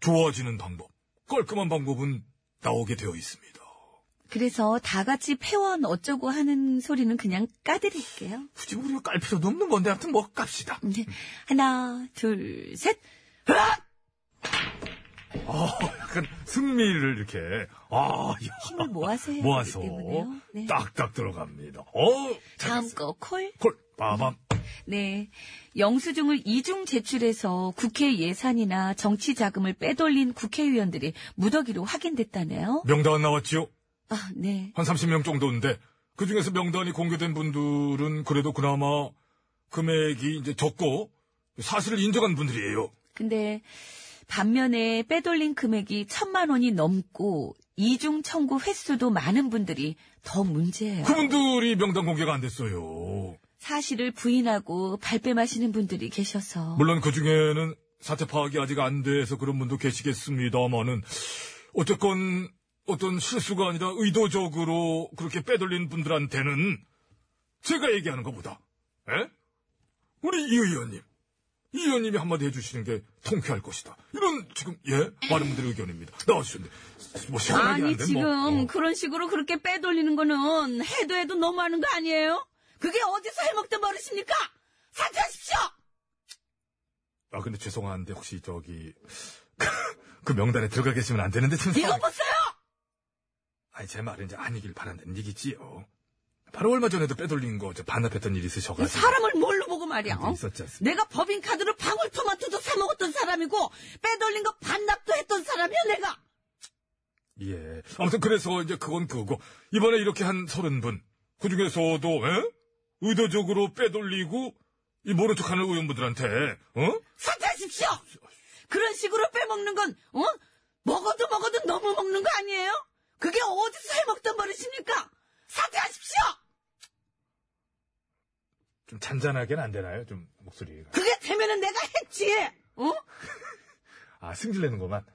[SPEAKER 1] 좋아지는 방법, 깔끔한 방법은 나오게 되어 있습니다.
[SPEAKER 2] 그래서 다 같이 폐원 어쩌고 하는 소리는 그냥 까드릴게요.
[SPEAKER 1] 굳이 우리가 깔 필요도 없는 건데 아무튼 뭐 깝시다.
[SPEAKER 2] 네. 하나 둘 셋.
[SPEAKER 1] 어, 약간 승리를 이렇게 아, 야,
[SPEAKER 2] 힘을 모아서 해야
[SPEAKER 1] 모아서
[SPEAKER 2] 되기 때문에요. 네.
[SPEAKER 1] 딱딱 들어갑니다. 어,
[SPEAKER 2] 다음 거 콜.
[SPEAKER 1] 콜 빠밤.
[SPEAKER 2] 네. 영수증을 이중 제출해서 국회 예산이나 정치 자금을 빼돌린 국회의원들이 무더기로 확인됐다네요.
[SPEAKER 1] 명단 나왔지요?
[SPEAKER 2] 아, 네.
[SPEAKER 1] 한 30명 정도인데 그 중에서 명단이 공개된 분들은 그래도 그나마 금액이 이제 적고 사실을 인정한 분들이에요.
[SPEAKER 2] 근데 반면에 빼돌린 금액이 천만 원이 넘고 이중 청구 횟수도 많은 분들이 더 문제예요.
[SPEAKER 1] 그분들이 명단 공개가 안 됐어요.
[SPEAKER 2] 사실을 부인하고 발뺌하시는 분들이 계셔서
[SPEAKER 1] 물론 그 중에는 사태 파악이 아직 안 돼서 그런 분도 계시겠습니다만은 어쨌건 어떤 실수가 아니라 의도적으로 그렇게 빼돌린 분들한테는 제가 얘기하는 것보다 에? 우리 이 의원님 이 의원님이 한마디 해주시는 게 통쾌할 것이다. 이런 지금 예 많은 분들의 의견입니다. 나와주셨는데 뭐 시원하게
[SPEAKER 8] 아니
[SPEAKER 1] 하는데
[SPEAKER 8] 지금
[SPEAKER 1] 뭐, 어.
[SPEAKER 8] 그런 식으로 그렇게 빼돌리는 거는 해도 해도 너무하는 거 아니에요? 그게 어디서 해먹던 버릇입니까? 사퇴하십시오.
[SPEAKER 1] 아 근데 죄송한데 혹시 저기 [LAUGHS] 그 명단에 들어가 계시면 안 되는데 지금
[SPEAKER 8] 이거 보세요.
[SPEAKER 1] 아니 제 말은 이제 아니길 바란다는 얘기지요. 바로 얼마 전에도 빼돌린 거 이제 반납했던 일이 있으셔가지고
[SPEAKER 8] 사람을 뭘로 보고 말이야? 어?
[SPEAKER 1] 있었지 않습니까?
[SPEAKER 8] 내가 법인카드로 방울토마토도 사 먹었던 사람이고 빼돌린 거 반납도 했던 사람이야 내가.
[SPEAKER 1] 예. 아무튼 그래서 이제 그건 그거고 이번에 이렇게 한 서른 분 그중에서도 에? 의도적으로 빼돌리고 이 모른 척하는 의원분들한테 어?
[SPEAKER 8] 사퇴하십시오. 그런 식으로 빼먹는 건 어? 먹어도 먹어도 너무 먹는 거 아니에요? 그게 어디서 해먹던 버릇입니까? 사퇴하십시오.
[SPEAKER 1] 좀 잔잔하게는 안 되나요? 좀 목소리가
[SPEAKER 8] 그게 되면은 내가 했지. 어?
[SPEAKER 1] 아 승질내는 것만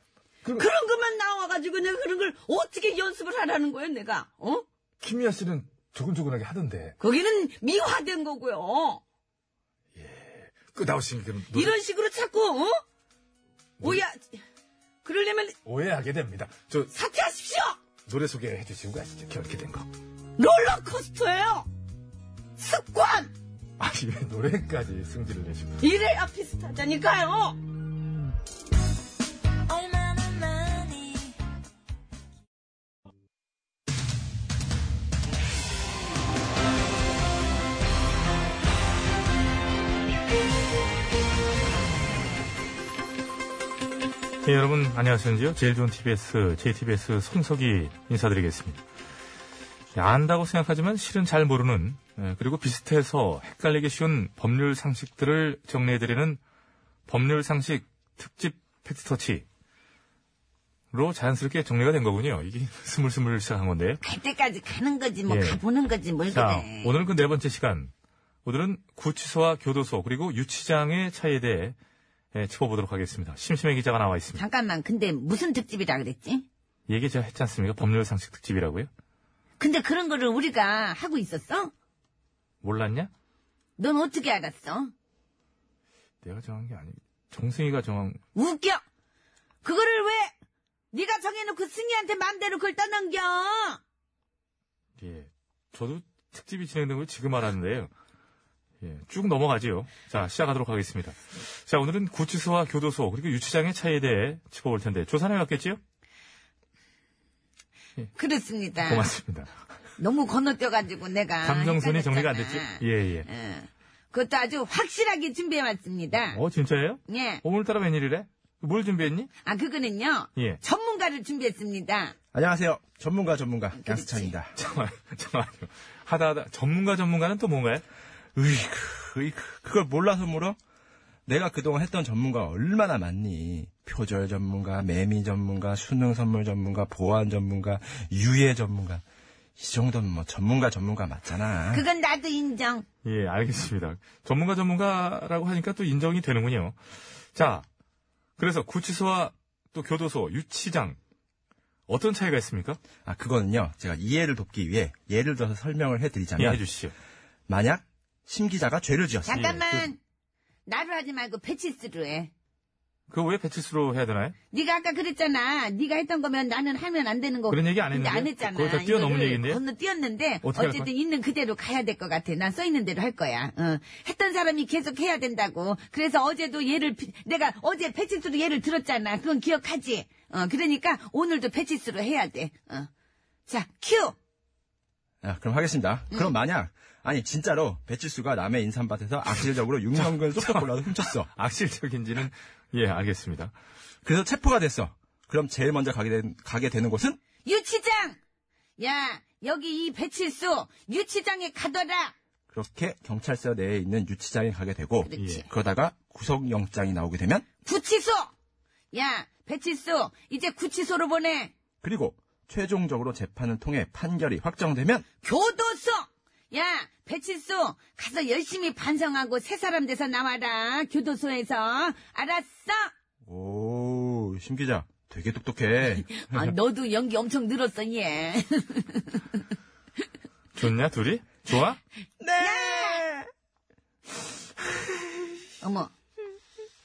[SPEAKER 8] 그런 것만 나와가지고 내가 그런 걸 어떻게 연습을 하라는 거예요, 내가? 어?
[SPEAKER 1] 김미아 씨는 조근조근하게 하던데
[SPEAKER 8] 거기는 미화된 거고요.
[SPEAKER 1] 그 나오신 그 노래
[SPEAKER 8] 이런 식으로 자꾸, 어? 뭐야, 그러려면
[SPEAKER 1] 오해하게 됩니다. 저
[SPEAKER 8] 사퇴하십시오!
[SPEAKER 1] 노래 소개해 주시고 가시죠. 이렇게 된 거.
[SPEAKER 8] 롤러코스터예요! 습관!
[SPEAKER 1] 아니 왜 노래까지 승질을 내시고
[SPEAKER 8] 이래야 비슷하다니까요!
[SPEAKER 7] 예, 여러분 안녕하세요. 제일 좋은 TBS, JTBS 손석희 인사드리겠습니다. 예, 안다고 생각하지만 실은 잘 모르는 예, 그리고 비슷해서 헷갈리기 쉬운 법률 상식들을 정리해드리는 법률 상식 특집 팩트터치로 자연스럽게 정리가 된 거군요. 이게 [LAUGHS] 스물스물 시작한 건데.
[SPEAKER 2] 갈 때까지 가는 거지 뭐
[SPEAKER 7] 예.
[SPEAKER 2] 가보는 거지 뭘
[SPEAKER 7] 자, 오늘은 그 네 번째 시간. 오늘은 구치소와 교도소 그리고 유치장의 차이에 대해 예, 짚어보도록 하겠습니다. 심심해 기자가 나와 있습니다.
[SPEAKER 2] 잠깐만 근데 무슨 특집이라 그랬지?
[SPEAKER 7] 얘기 제가 했지 않습니까? 법률 상식 특집이라고요?
[SPEAKER 2] 근데 그런 거를 우리가 하고 있었어?
[SPEAKER 7] 몰랐냐?
[SPEAKER 2] 넌 어떻게 알았어?
[SPEAKER 7] 내가 정한 게 아니. 정승이가 정한.
[SPEAKER 2] 웃겨! 그거를 왜 네가 정해놓고 승희한테 맘대로 그걸 떠넘겨.
[SPEAKER 1] 예. 저도 특집이 진행된 걸 지금 알았는데요. 예, 쭉 넘어가지요. 자, 시작하도록 하겠습니다. 자, 오늘은 구치소와 교도소, 그리고 유치장의 차이에 대해 짚어볼 텐데, 조사를 해왔겠지요?
[SPEAKER 2] 그렇습니다.
[SPEAKER 1] 고맙습니다.
[SPEAKER 2] 너무 건너뛰어가지고 내가
[SPEAKER 1] 감정선이 정리가 안 됐지?
[SPEAKER 2] 아, 헷갈렸잖아.
[SPEAKER 1] 예, 예.
[SPEAKER 2] 예. 그것도 아주 확실하게 준비해왔습니다.
[SPEAKER 1] 어, 진짜예요?
[SPEAKER 2] 예.
[SPEAKER 1] 오늘따라 웬일이래? 뭘 준비했니?
[SPEAKER 2] 아, 그거는요.
[SPEAKER 1] 예.
[SPEAKER 2] 전문가를 준비했습니다.
[SPEAKER 9] 안녕하세요. 전문가
[SPEAKER 1] 아,
[SPEAKER 9] 전문가 양수창입니다.
[SPEAKER 1] [LAUGHS] 잠깐만, 잠깐만요. 하다 하다, 전문가 전문가는 또 뭔가요?
[SPEAKER 9] 으이크, 으이크. 그걸 몰라서 물어? 내가 그동안 했던 전문가 얼마나 많니? 표절 전문가, 매미 전문가, 수능 선물 전문가, 보안 전문가, 유예 전문가. 이 정도면 뭐 전문가 전문가 맞잖아.
[SPEAKER 2] 그건 나도 인정.
[SPEAKER 1] 예, 알겠습니다. 전문가 전문가라고 하니까 또 인정이 되는군요. 자, 그래서 구치소와 또 교도소, 유치장 어떤 차이가 있습니까?
[SPEAKER 9] 아, 그거는요. 제가 이해를 돕기 위해 예를 들어서 설명을
[SPEAKER 1] 예,
[SPEAKER 9] 해드리자면
[SPEAKER 1] 해주시죠.
[SPEAKER 9] 만약 심 기자가 죄를
[SPEAKER 1] 예,
[SPEAKER 9] 지었어.
[SPEAKER 1] 그
[SPEAKER 2] 잠깐만. 나를 하지 말고 패치스로 해.
[SPEAKER 1] 그거 왜 배치수로 해야 되나요?
[SPEAKER 2] 네가 아까 그랬잖아. 네가 했던 거면 나는 하면 안 되는 거고.
[SPEAKER 1] 그런 얘기 안
[SPEAKER 2] 근데
[SPEAKER 1] 했는데?
[SPEAKER 2] 안 했잖아.
[SPEAKER 1] 거의 다 뛰어넘은
[SPEAKER 2] 이거를
[SPEAKER 1] 얘기인데요?
[SPEAKER 2] 건너 뛰었는데
[SPEAKER 1] 어떻게 할
[SPEAKER 2] 어쨌든
[SPEAKER 1] 거야?
[SPEAKER 2] 있는 그대로 가야 될 것 같아. 난 써 있는 대로 할 거야. 어. 했던 사람이 계속 해야 된다고. 그래서 어제도 얘를 피- 내가 어제 패치스로 얘를 들었잖아. 그건 기억하지. 어, 그러니까 오늘도 패치스로 해야 돼. 어. 자, 큐.
[SPEAKER 9] 아, 그럼 하겠습니다.
[SPEAKER 2] 음.
[SPEAKER 9] 그럼 만약 아니 진짜로 배치수가 남의 인삼밭에서 악질적으로
[SPEAKER 2] [LAUGHS]
[SPEAKER 9] 6년근 쏙쏙 골라서 훔쳤어.
[SPEAKER 1] 악실적인지는 예, 알겠습니다.
[SPEAKER 9] 그래서 체포가 됐어. 그럼 제일 먼저 가게, 된- 가게 되는 곳은
[SPEAKER 2] 유치장. 야, 여기 이 배칠수 유치장에 가더라.
[SPEAKER 9] 그렇게 경찰서 내에 있는 유치장에 가게 되고
[SPEAKER 2] 그렇지.
[SPEAKER 9] 러다가 구속영장이 나오게 되면
[SPEAKER 2] 구치소. 야, 배칠수 이제 구치소로 보내.
[SPEAKER 9] 그리고 최종적으로 재판을 통해 판결이 확정되면
[SPEAKER 2] 교도소. 야, 배칠수 가서 열심히 반성하고 새 사람 돼서 나와라. 교도소에서. 알았어?
[SPEAKER 9] 오 심기자
[SPEAKER 2] [LAUGHS]
[SPEAKER 9] 되게 똑똑해.
[SPEAKER 2] 아, 너도 연기 엄청 늘었어, 얘.
[SPEAKER 1] 좋냐, 둘이? 좋아?
[SPEAKER 2] 어머.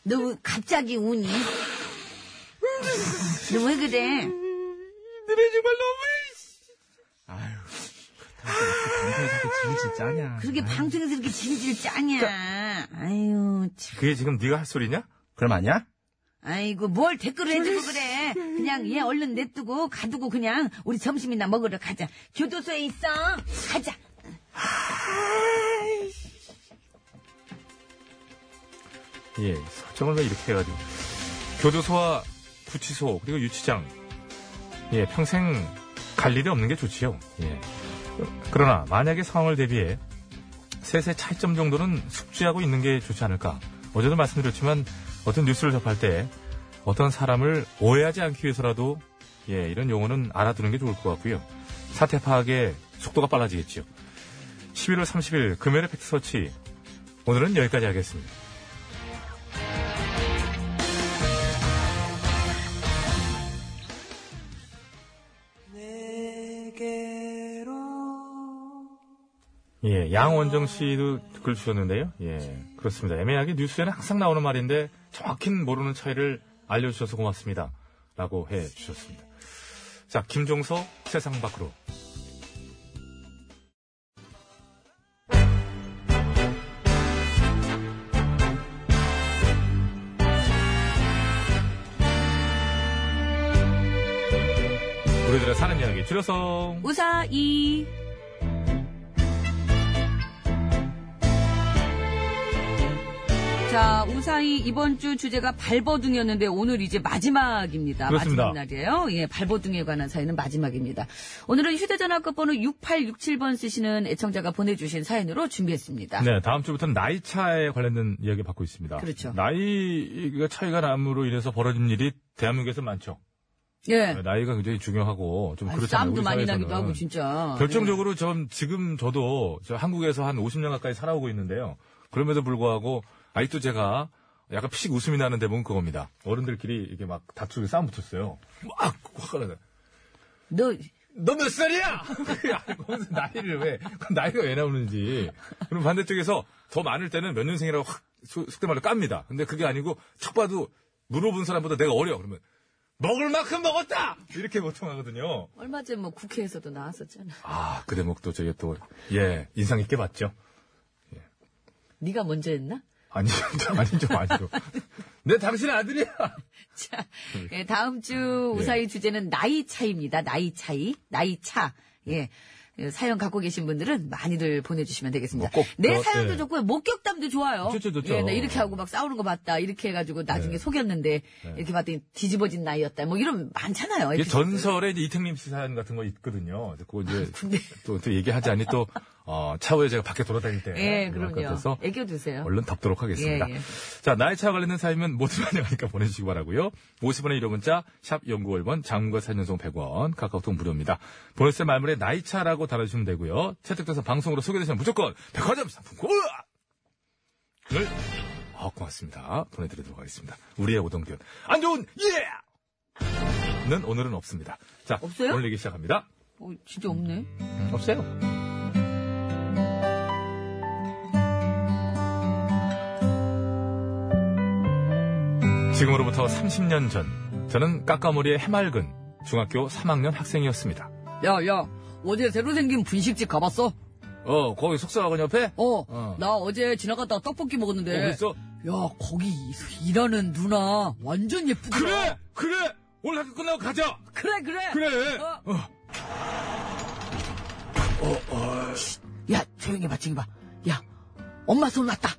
[SPEAKER 2] 너 왜 갑자기 우니? 너 왜 그래?
[SPEAKER 9] 아유 그렇다고 지금 진짜 아니야.
[SPEAKER 2] 그렇게 방송에서 이렇게 질질 짜냐? 아유, 참.
[SPEAKER 1] 그게 지금 네가 할 소리냐?
[SPEAKER 9] 그럼 아니야?
[SPEAKER 2] 아이고 뭘 댓글을 해주고 그래 그냥 얘 얼른 냅두고 가두고 그냥 우리 점심이나 먹으러 가자 교도소에 있어 가자
[SPEAKER 1] 예, 설정을 왜 이렇게 해가지고. 교도소와 구치소, 그리고 유치장. 예, 평생 갈 일이 없는 게 좋지요. 예. 그러나, 만약에 상황을 대비해 셋의 차이점 정도는 숙지하고 있는 게 좋지 않을까. 어제도 말씀드렸지만, 어떤 뉴스를 접할 때, 어떤 사람을 오해하지 않기 위해서라도, 예, 이런 용어는 알아두는 게 좋을 것 같고요. 사태 파악의 속도가 빨라지겠지요. 11월 30일 금요일의 팩트서치. 오늘은 여기까지 하겠습니다. 예, 양원정 씨도 글 주셨는데요. 예, 그렇습니다. 애매하게 뉴스에는 항상 나오는 말인데 정확히는 모르는 차이를 알려주셔서 고맙습니다. 라고 해 주셨습니다. 자, 김종서 세상 밖으로. 우리들의 사는 이야기 줄여서
[SPEAKER 7] 우사이
[SPEAKER 2] 자 우사히 이번 주 주제가 발버둥이었는데 오늘 이제 마지막입니다
[SPEAKER 1] 그렇습니다.
[SPEAKER 2] 마지막 날이에요 예 발버둥에 관한 사연은 마지막입니다 오늘은 휴대전화 끝번호 6867번 쓰시는 애청자가 보내주신 사연으로 준비했습니다
[SPEAKER 1] 네, 다음 주부터는 나이 차에 관련된 이야기 받고 있습니다.
[SPEAKER 2] 그렇죠.
[SPEAKER 1] 나이가 차이가 남으로 인해서 벌어진 일이 대한민국에서 많죠.
[SPEAKER 2] 예
[SPEAKER 1] 나이가 굉장히 중요하고 좀
[SPEAKER 2] 아,
[SPEAKER 1] 뭐 그렇잖아요.
[SPEAKER 2] 싸움도
[SPEAKER 1] 우리
[SPEAKER 2] 많이
[SPEAKER 1] 사회에서는.
[SPEAKER 2] 나기도 하고 진짜
[SPEAKER 1] 결정적으로 좀 지금 저도 저 한국에서 한 50년 가까이 살아오고 있는데요. 그럼에도 불구하고 아직도 제가 약간 피식 웃음이 나는 대목은 그겁니다. 어른들끼리 이렇게 막 다투고 싸움 붙었어요. 막 화가 나요.
[SPEAKER 7] 네.
[SPEAKER 2] 너
[SPEAKER 1] 너 몇 살이야? [LAUGHS] 아니, 거기서 나이를 왜, 그 나이가 왜 나오는지. 그럼 반대쪽에서 더 많을 때는 몇 년생이라고 확, 소- 속된 말로 깝니다. 근데 그게 아니고, 척 봐도 물어본 사람보다 내가 어려. 그러면, 먹을 만큼 먹었다! 이렇게 보통 하거든요.
[SPEAKER 7] 얼마 전에 뭐 국회에서도 나왔었잖아. [LAUGHS]
[SPEAKER 1] 아, 그 대목도 저게 또, 예, 인상 있게 봤죠.
[SPEAKER 7] 네가 먼저 했나?
[SPEAKER 1] 아니, [LAUGHS] 아니죠, 아니죠. 내 당신 아들이야!
[SPEAKER 7] 자,
[SPEAKER 1] 그러니까.
[SPEAKER 7] 예, 다음 주 우사의 주제는 나이 차이입니다. 나이 차이, 나이 차. 예. 예, 사연 갖고 계신 분들은 많이들 보내주시면 되겠습니다.
[SPEAKER 1] 뭐꼭
[SPEAKER 7] 내
[SPEAKER 1] 저-
[SPEAKER 7] 사연도
[SPEAKER 1] 예.
[SPEAKER 7] 좋고 목격담도 좋아요.
[SPEAKER 1] 좋죠, 좋죠. 예.
[SPEAKER 7] 예, 나 이렇게 하고 막 싸우는 거 봤다. 이렇게 해가지고 나중에 속였는데 이렇게 봤더니 뒤집어진 나이였다. 뭐 이런 많잖아요.
[SPEAKER 1] 이게
[SPEAKER 7] 에피소드.
[SPEAKER 1] 전설에 이제 이택림 씨 사연 같은 거 있거든요. 근데 아, 그거 이제
[SPEAKER 7] 근데-
[SPEAKER 1] 또, 또 얘기하자니 또, 어, 차후에 제가 밖에 돌아다닐 때.
[SPEAKER 7] 예,
[SPEAKER 1] 그럴 것
[SPEAKER 7] 그럼요.
[SPEAKER 1] 같아서
[SPEAKER 7] 애교 드세요.
[SPEAKER 1] 얼른 덮도록 하겠습니다.
[SPEAKER 7] 예, 예.
[SPEAKER 1] 자, 나이 차와 관련된 사연은 모두 반영하니까 보내주시기 바라고요 50원의 1호 문자, 샵 0951번, 장문과 사연연송 100원, 카카오톡 무료입니다. 보냈을 말물에 나이 차라고 달아주시면 되고요 채택돼서 방송으로 소개되시면 무조건 백화점 상품권! 을 아, 고맙습니다. 보내드리도록 하겠습니다. 우리의 오동균. 안 좋은, 예! 는 오늘은 없습니다. 자,
[SPEAKER 2] 없어요?
[SPEAKER 1] 오늘 얘기 시작합니다.
[SPEAKER 2] 어, 진짜 없네.
[SPEAKER 1] 없어요. 지금으로부터 30년 전, 저는 까까머리의 해맑은 중학교 3학년 학생이었습니다.
[SPEAKER 2] 야, 야, 어제 새로 생긴 분식집 가봤어?
[SPEAKER 1] 어, 거기 속사학원 옆에?
[SPEAKER 2] 어,
[SPEAKER 1] 어.
[SPEAKER 2] 나 어제 지나갔다가 떡볶이 먹었는데.
[SPEAKER 1] 그랬어?
[SPEAKER 2] 야, 거기 일하는 누나 완전 예쁘다.
[SPEAKER 1] 그래! 그래! 오늘 학교 끝나고 가자!
[SPEAKER 2] 그래, 그래.
[SPEAKER 1] 그래!
[SPEAKER 2] 어. 쉿, 어, 야, 조용히 봐, 조용히 봐. 야, 엄마 손 왔다.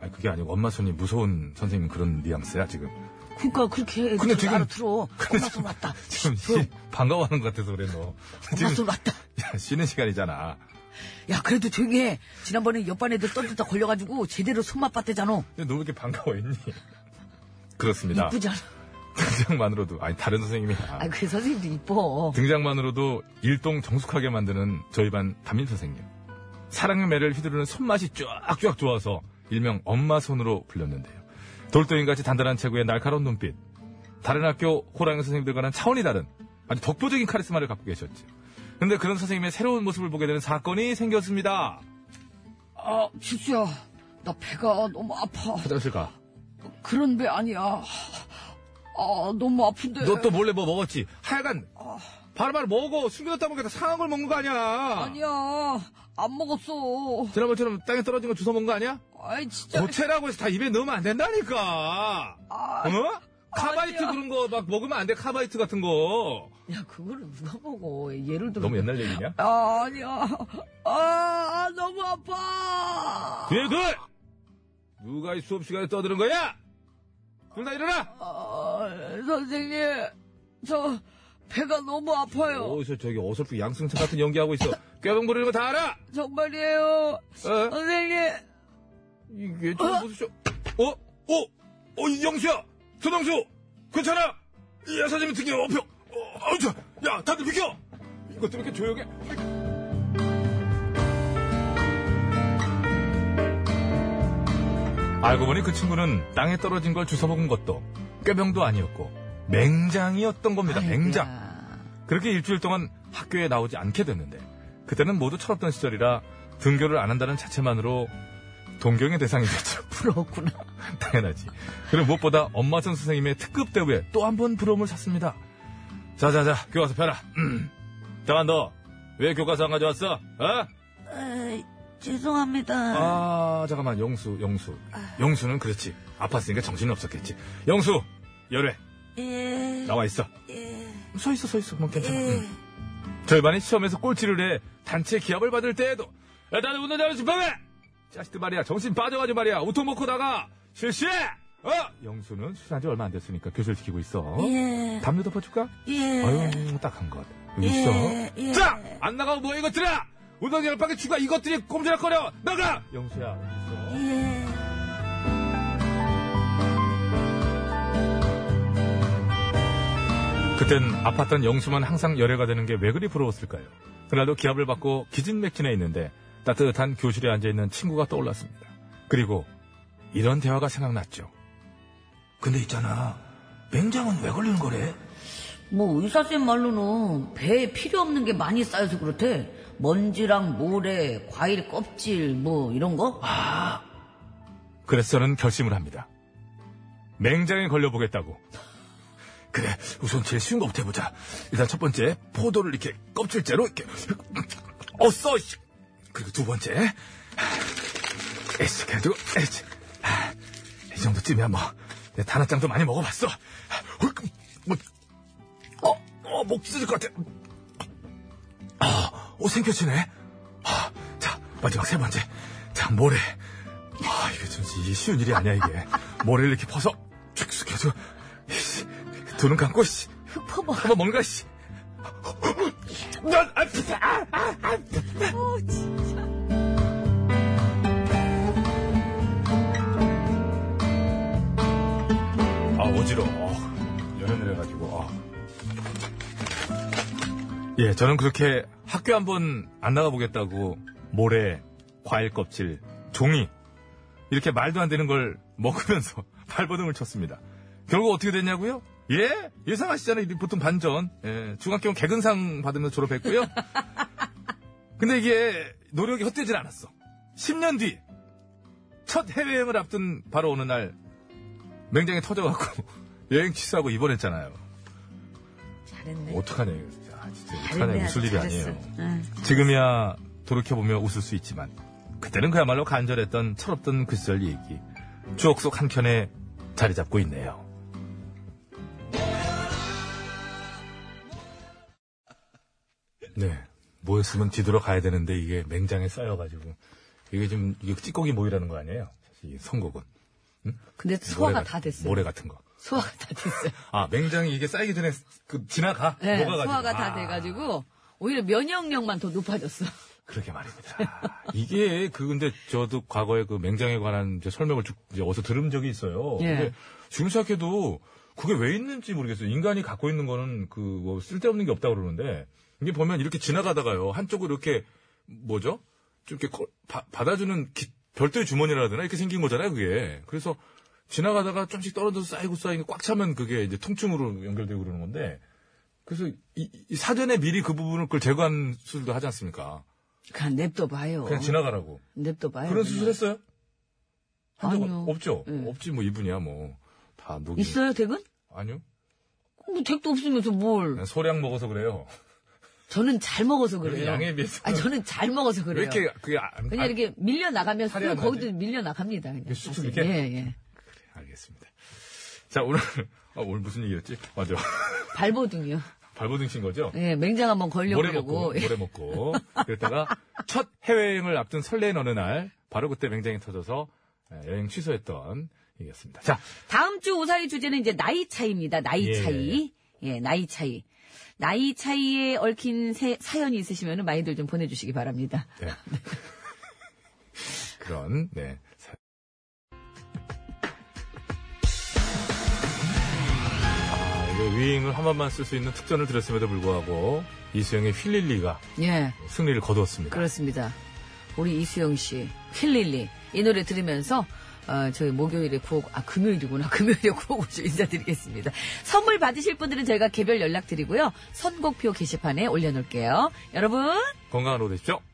[SPEAKER 1] 아니, 그게 아니고 엄마 손이 무서운 선생님 그런 뉘앙스야, 지금.
[SPEAKER 2] 그러니까 그렇게
[SPEAKER 1] [LAUGHS] 근데 지금-
[SPEAKER 2] 알아 들어. 엄마 손 왔다.
[SPEAKER 1] 지금
[SPEAKER 2] 조용.
[SPEAKER 1] 씨, 반가워하는 것 같아서 그래, 너.
[SPEAKER 2] 어. 엄마 손 왔다.
[SPEAKER 1] 야, 쉬는 시간이잖아.
[SPEAKER 2] 야, 그래도 조용히 해. 지난번에 옆반 애들 떠들다 걸려가지고 제대로 손맛 봤대잖아.
[SPEAKER 1] 근데 너 왜 이렇게 반가워했니? 그렇습니다.
[SPEAKER 2] 이쁘잖아.
[SPEAKER 1] [LAUGHS] 등장만으로도 아니 다른 선생님이 야
[SPEAKER 2] 아, 그 선생님도 이뻐.
[SPEAKER 1] 등장만으로도 일동 정숙하게 만드는 저희 반 담임 선생님 사랑의 매를 휘두르는 손맛이 쫙쫙 좋아서 일명 엄마 손으로 불렸는데요 돌덩이같이 단단한 체구에 날카로운 눈빛 다른 학교 호랑이 선생님들과는 차원이 다른 아주 독보적인 카리스마를 갖고 계셨지 근데 그런 선생님의 새로운 모습을 보게 되는 사건이 생겼습니다
[SPEAKER 2] 아, 지수야. 나 배가 너무 아파.
[SPEAKER 1] 화장실 가 너 또
[SPEAKER 2] 그런 배 아니야. 아, 너무 아픈데.
[SPEAKER 1] 몰래 뭐 먹었지 하여간 바로바로 먹어 숨겨뒀다 보니까 다 상한 걸 먹는 거 아니야
[SPEAKER 2] 아니야. 안 먹었어.
[SPEAKER 1] 지난번처럼 땅에 떨어진 거 주워 먹은 거 아니야?
[SPEAKER 2] 아이, 진짜.
[SPEAKER 1] 고체라고 해서 다 입에 넣으면 안 된다니까.
[SPEAKER 2] 아,
[SPEAKER 1] 어? 카바이트
[SPEAKER 2] 아니야.
[SPEAKER 1] 그런 거 막 먹으면 안 돼. 카바이트 같은 거.
[SPEAKER 2] 야, 그거를 누가 먹어. 예를 들어.
[SPEAKER 1] 너무 옛날 얘기냐?
[SPEAKER 2] 아, 아니야. 아, 너무 아파.
[SPEAKER 1] 뒤에 둘! 그! 누가 이 수업 시간에 떠드는 거야? 둘 다 일어나!
[SPEAKER 2] 아, 선생님. 저, 배가 너무 아파요.
[SPEAKER 1] 어디서 저기 어설프 양승찬 같은 연기하고 있어. 꾀병 부리는 거 다 알아!
[SPEAKER 2] 정말이에요.
[SPEAKER 1] 어?
[SPEAKER 2] 선생님.
[SPEAKER 1] 이게 저 무슨 쇼? 어? 어? 어, 이 영수야! 조동수! 괜찮아! 이 여사님 특히 어표! 어, 아우, 저, 야, 다들 비켜! 이것도 이렇게 조용해. 알고 보니 그 친구는 땅에 떨어진 걸 주워먹은 것도 꾀병도 아니었고 맹장이었던 겁니다. 맹장. 그렇게 일주일 동안 학교에 나오지 않게 됐는데 그때는 모두 철없던 시절이라 등교를 안 한다는 자체만으로 동경의 대상이 됐죠.
[SPEAKER 2] 부러웠구나.
[SPEAKER 1] [LAUGHS] 당연하지. 그리고 무엇보다 엄마 전 선생님의 특급 대우에 또 한 번 부러움을 샀습니다. 자자자 교과서 펴라. 음. 잠깐 너 왜 교과서 안 가져왔어? 어?
[SPEAKER 7] 아, 죄송합니다.
[SPEAKER 1] 아 잠깐만 영수 영수 영수는 그렇지 아팠으니까 정신이 없었겠지. 영수 열애
[SPEAKER 7] 예,
[SPEAKER 1] 나와 있어.
[SPEAKER 7] 예,
[SPEAKER 1] 서 있어 서 있어 그럼 괜찮아. 응. 절반이 시험에서 꼴찌를 해 단체 기합을 받을 때에도 야 나는 운동 잘하는 집합해 자식들 말이야 정신 빠져가지고 말이야 우통 먹고 나가 실시해 어 영수는 출산한 지 얼마 안 됐으니까 교실 지키고 있어
[SPEAKER 7] 예,
[SPEAKER 1] 담요 덮어줄까
[SPEAKER 7] 예.
[SPEAKER 1] 아유 딱한 것 여기 있어
[SPEAKER 7] 예.
[SPEAKER 1] 자 안 나가고 뭐해 이것들아 운동 열방에 추가 이것들이 꼼지락거려 나가 영수야 여기 있어
[SPEAKER 7] 예.
[SPEAKER 1] 그땐 아팠던 영수만 항상 열애가 되는 게 왜 그리 부러웠을까요? 그날도 기합을 받고 기진맥진해 있는데 따뜻한 교실에 앉아있는 친구가 떠올랐습니다. 그리고 이런 대화가 생각났죠.
[SPEAKER 6] 근데 있잖아. 맹장은 왜 걸리는 거래?
[SPEAKER 2] 뭐 의사쌤 말로는 배에 필요 없는 게 많이 쌓여서 그렇대. 먼지랑 모래, 과일 껍질 뭐 이런 거?
[SPEAKER 1] 아, 그래서 저는 결심을 합니다. 맹장에 걸려보겠다고. 그래, 우선 제일 쉬운 거부터 해보자. 일단 첫 번째, 포도를 이렇게 껍질째로 이렇게, 어써! 씨. 그리고 두 번째, 에이씨, 그래가지고, 에이씨. 아, 이 정도쯤이야, 뭐. 내 단어장도 많이 먹어봤어. 아, 헐, 뭐, 어, 어, 목 찢을 것 같아. 아, 어, 생겨치네. 아, 자, 마지막 세 번째. 자, 모래. 아, 이게 진짜 이게 쉬운 일이 아니야, 이게. 모래를 이렇게 퍼서 축숙해서, 이씨, 두 눈 감고, 씨. 퍼봐. 한번 뭔가, 씨. 난, 아, 아, 아, 아. 아, 어지러워. 연연을 해가지고, 아. 예, 저는 그렇게 학교 한번 안 나가보겠다고 모래, 과일 껍질, 종이 이렇게 말도 안 되는 걸 먹으면서 [LAUGHS] 발버둥을 쳤습니다. 결국 어떻게 됐냐고요? 예, 예상하시잖아요. 이 보통 반전. 예, 중학교 개근상 받으면서 졸업했고요. 근데 이게 노력이 헛되질 않았어. 10년 뒤 첫 해외여행을 앞둔 바로 어느 날 맹장이 터져갖고 [LAUGHS] 여행 취소하고 입원했잖아요.
[SPEAKER 2] 잘했네.
[SPEAKER 1] 어떡하냐 이거 진짜. 아, 진짜
[SPEAKER 2] 잘했네,
[SPEAKER 1] 어떡하냐 웃을 일이
[SPEAKER 2] 잘했어.
[SPEAKER 1] 아니에요.
[SPEAKER 2] 응.
[SPEAKER 1] 지금이야 돌이켜보며 웃을 수 있지만 그때는 그야말로 간절했던 철없던 그 시절 얘기 추억 속 한켠에 자리 잡고 있네요. 네. 모였으면 뒤돌아가야 되는데 이게 맹장에 쌓여가지고 이게 좀 이게 찌꺼기 모이라는 거 아니에요? 사실 이 선곡은
[SPEAKER 2] 근데 소화가
[SPEAKER 1] 모래 같-
[SPEAKER 2] 다 됐어요.
[SPEAKER 1] 모래 같은 거.
[SPEAKER 2] 소화가 다
[SPEAKER 1] [LAUGHS]
[SPEAKER 2] 됐어요.
[SPEAKER 1] 아 맹장이 이게 쌓이기 전에 그 지나가
[SPEAKER 2] 네,
[SPEAKER 1] 녹아가지고.
[SPEAKER 2] 소화가 다
[SPEAKER 1] 아.
[SPEAKER 2] 돼가지고 오히려 면역력만 더 높아졌어.
[SPEAKER 1] 그러게 말입니다. 이게 그 근데 저도 과거에 그 맹장에 관한 이제 설명을 쭉 이제 어디서 들은 적이 있어요.
[SPEAKER 2] 예.
[SPEAKER 1] 근데 지금 생각해도 그게 왜 있는지 모르겠어요. 인간이 갖고 있는 거는 그 뭐 쓸데없는 게 없다고 그러는데 이게 보면 이렇게 지나가다가요. 한쪽으로 이렇게 뭐죠? 좀 이렇게 걸- 바- 받아주는 기- 별도의 주머니라 하나 이렇게 생긴 거잖아요. 그게. 그래서 지나가다가 조금씩 떨어져서 쌓이고 쌓이고 꽉 차면 그게 이제 통증으로 연결되고 그러는 건데 그래서 이- 이 사전에 미리 그 부분을 그걸 제거한 수술도 하지 않습니까?
[SPEAKER 2] 그냥 냅둬 봐요.
[SPEAKER 1] 그냥 지나가라고.
[SPEAKER 2] 냅둬 봐요.
[SPEAKER 1] 그런 수술 했어요? 한 적은
[SPEAKER 2] 아니요.
[SPEAKER 1] 없죠?
[SPEAKER 2] 네.
[SPEAKER 1] 없지, 뭐, 이분이야, 뭐. 다, 녹이.
[SPEAKER 2] 있어요, 댁은?
[SPEAKER 1] 아니요.
[SPEAKER 2] 뭐 댁도 없으면서 뭘?
[SPEAKER 1] 그냥 소량 먹어서 그래요.
[SPEAKER 2] 저는 잘 먹어서 그래요.
[SPEAKER 1] 양에 비해서.
[SPEAKER 2] 아니 저는 잘 먹어서
[SPEAKER 1] 왜
[SPEAKER 2] 그래요.
[SPEAKER 1] 이렇게, 그게 안,
[SPEAKER 2] 그냥
[SPEAKER 1] 아,
[SPEAKER 2] 이렇게 밀려 나가면
[SPEAKER 1] 살이 안
[SPEAKER 2] 술 거기도 밀려 나갑니다. 그냥
[SPEAKER 1] 쑥쑥
[SPEAKER 2] 사실.
[SPEAKER 1] 이렇게?
[SPEAKER 2] 예, 예.
[SPEAKER 1] 알겠습니다. 자, 오늘, [LAUGHS] 아, 오늘 무슨 얘기였지? 맞아. [LAUGHS]
[SPEAKER 2] 발버둥이요.
[SPEAKER 1] 발버둥 친 거죠?
[SPEAKER 2] 예, 맹장 한번
[SPEAKER 1] 모래 먹고,
[SPEAKER 2] 걸려보려고. 예.
[SPEAKER 1] 모래 먹고.
[SPEAKER 2] [LAUGHS]
[SPEAKER 1] 그랬다가 첫 해외여행을 앞둔 설레는 어느 날, 바로 그때 맹장이 터져서 예, 여행 취소했던 얘기였습니다. 자,
[SPEAKER 2] 다음 주 오사의 주제는 이제 나이 차이입니다. 나이
[SPEAKER 1] 예.
[SPEAKER 2] 차이. 예, 나이 차이. 나이 차이에 얽힌 세- 사연이 있으시면 많이들 좀 보내주시기 바랍니다.
[SPEAKER 1] 네. [LAUGHS] 그런, 네. 사- 아, 이거 위잉을 한 번만 쓸 수 있는 특전을 들었음에도 불구하고 이수영의 휠릴리가
[SPEAKER 2] 예,
[SPEAKER 1] 승리를 거두었습니다.
[SPEAKER 2] 그렇습니다. 우리 이수영 씨, 휠릴리. 이 노래 들으면서 어, 저희 목요일에 구호, 아, 금요일이구나. [LAUGHS] 금요일에 구호고쇼 인사드리겠습니다. 선물 받으실 분들은 저희가 개별 연락드리고요. 선곡표 게시판에 올려놓을게요. 여러분,
[SPEAKER 1] 건강한 오후 되십시오.
[SPEAKER 7] 예.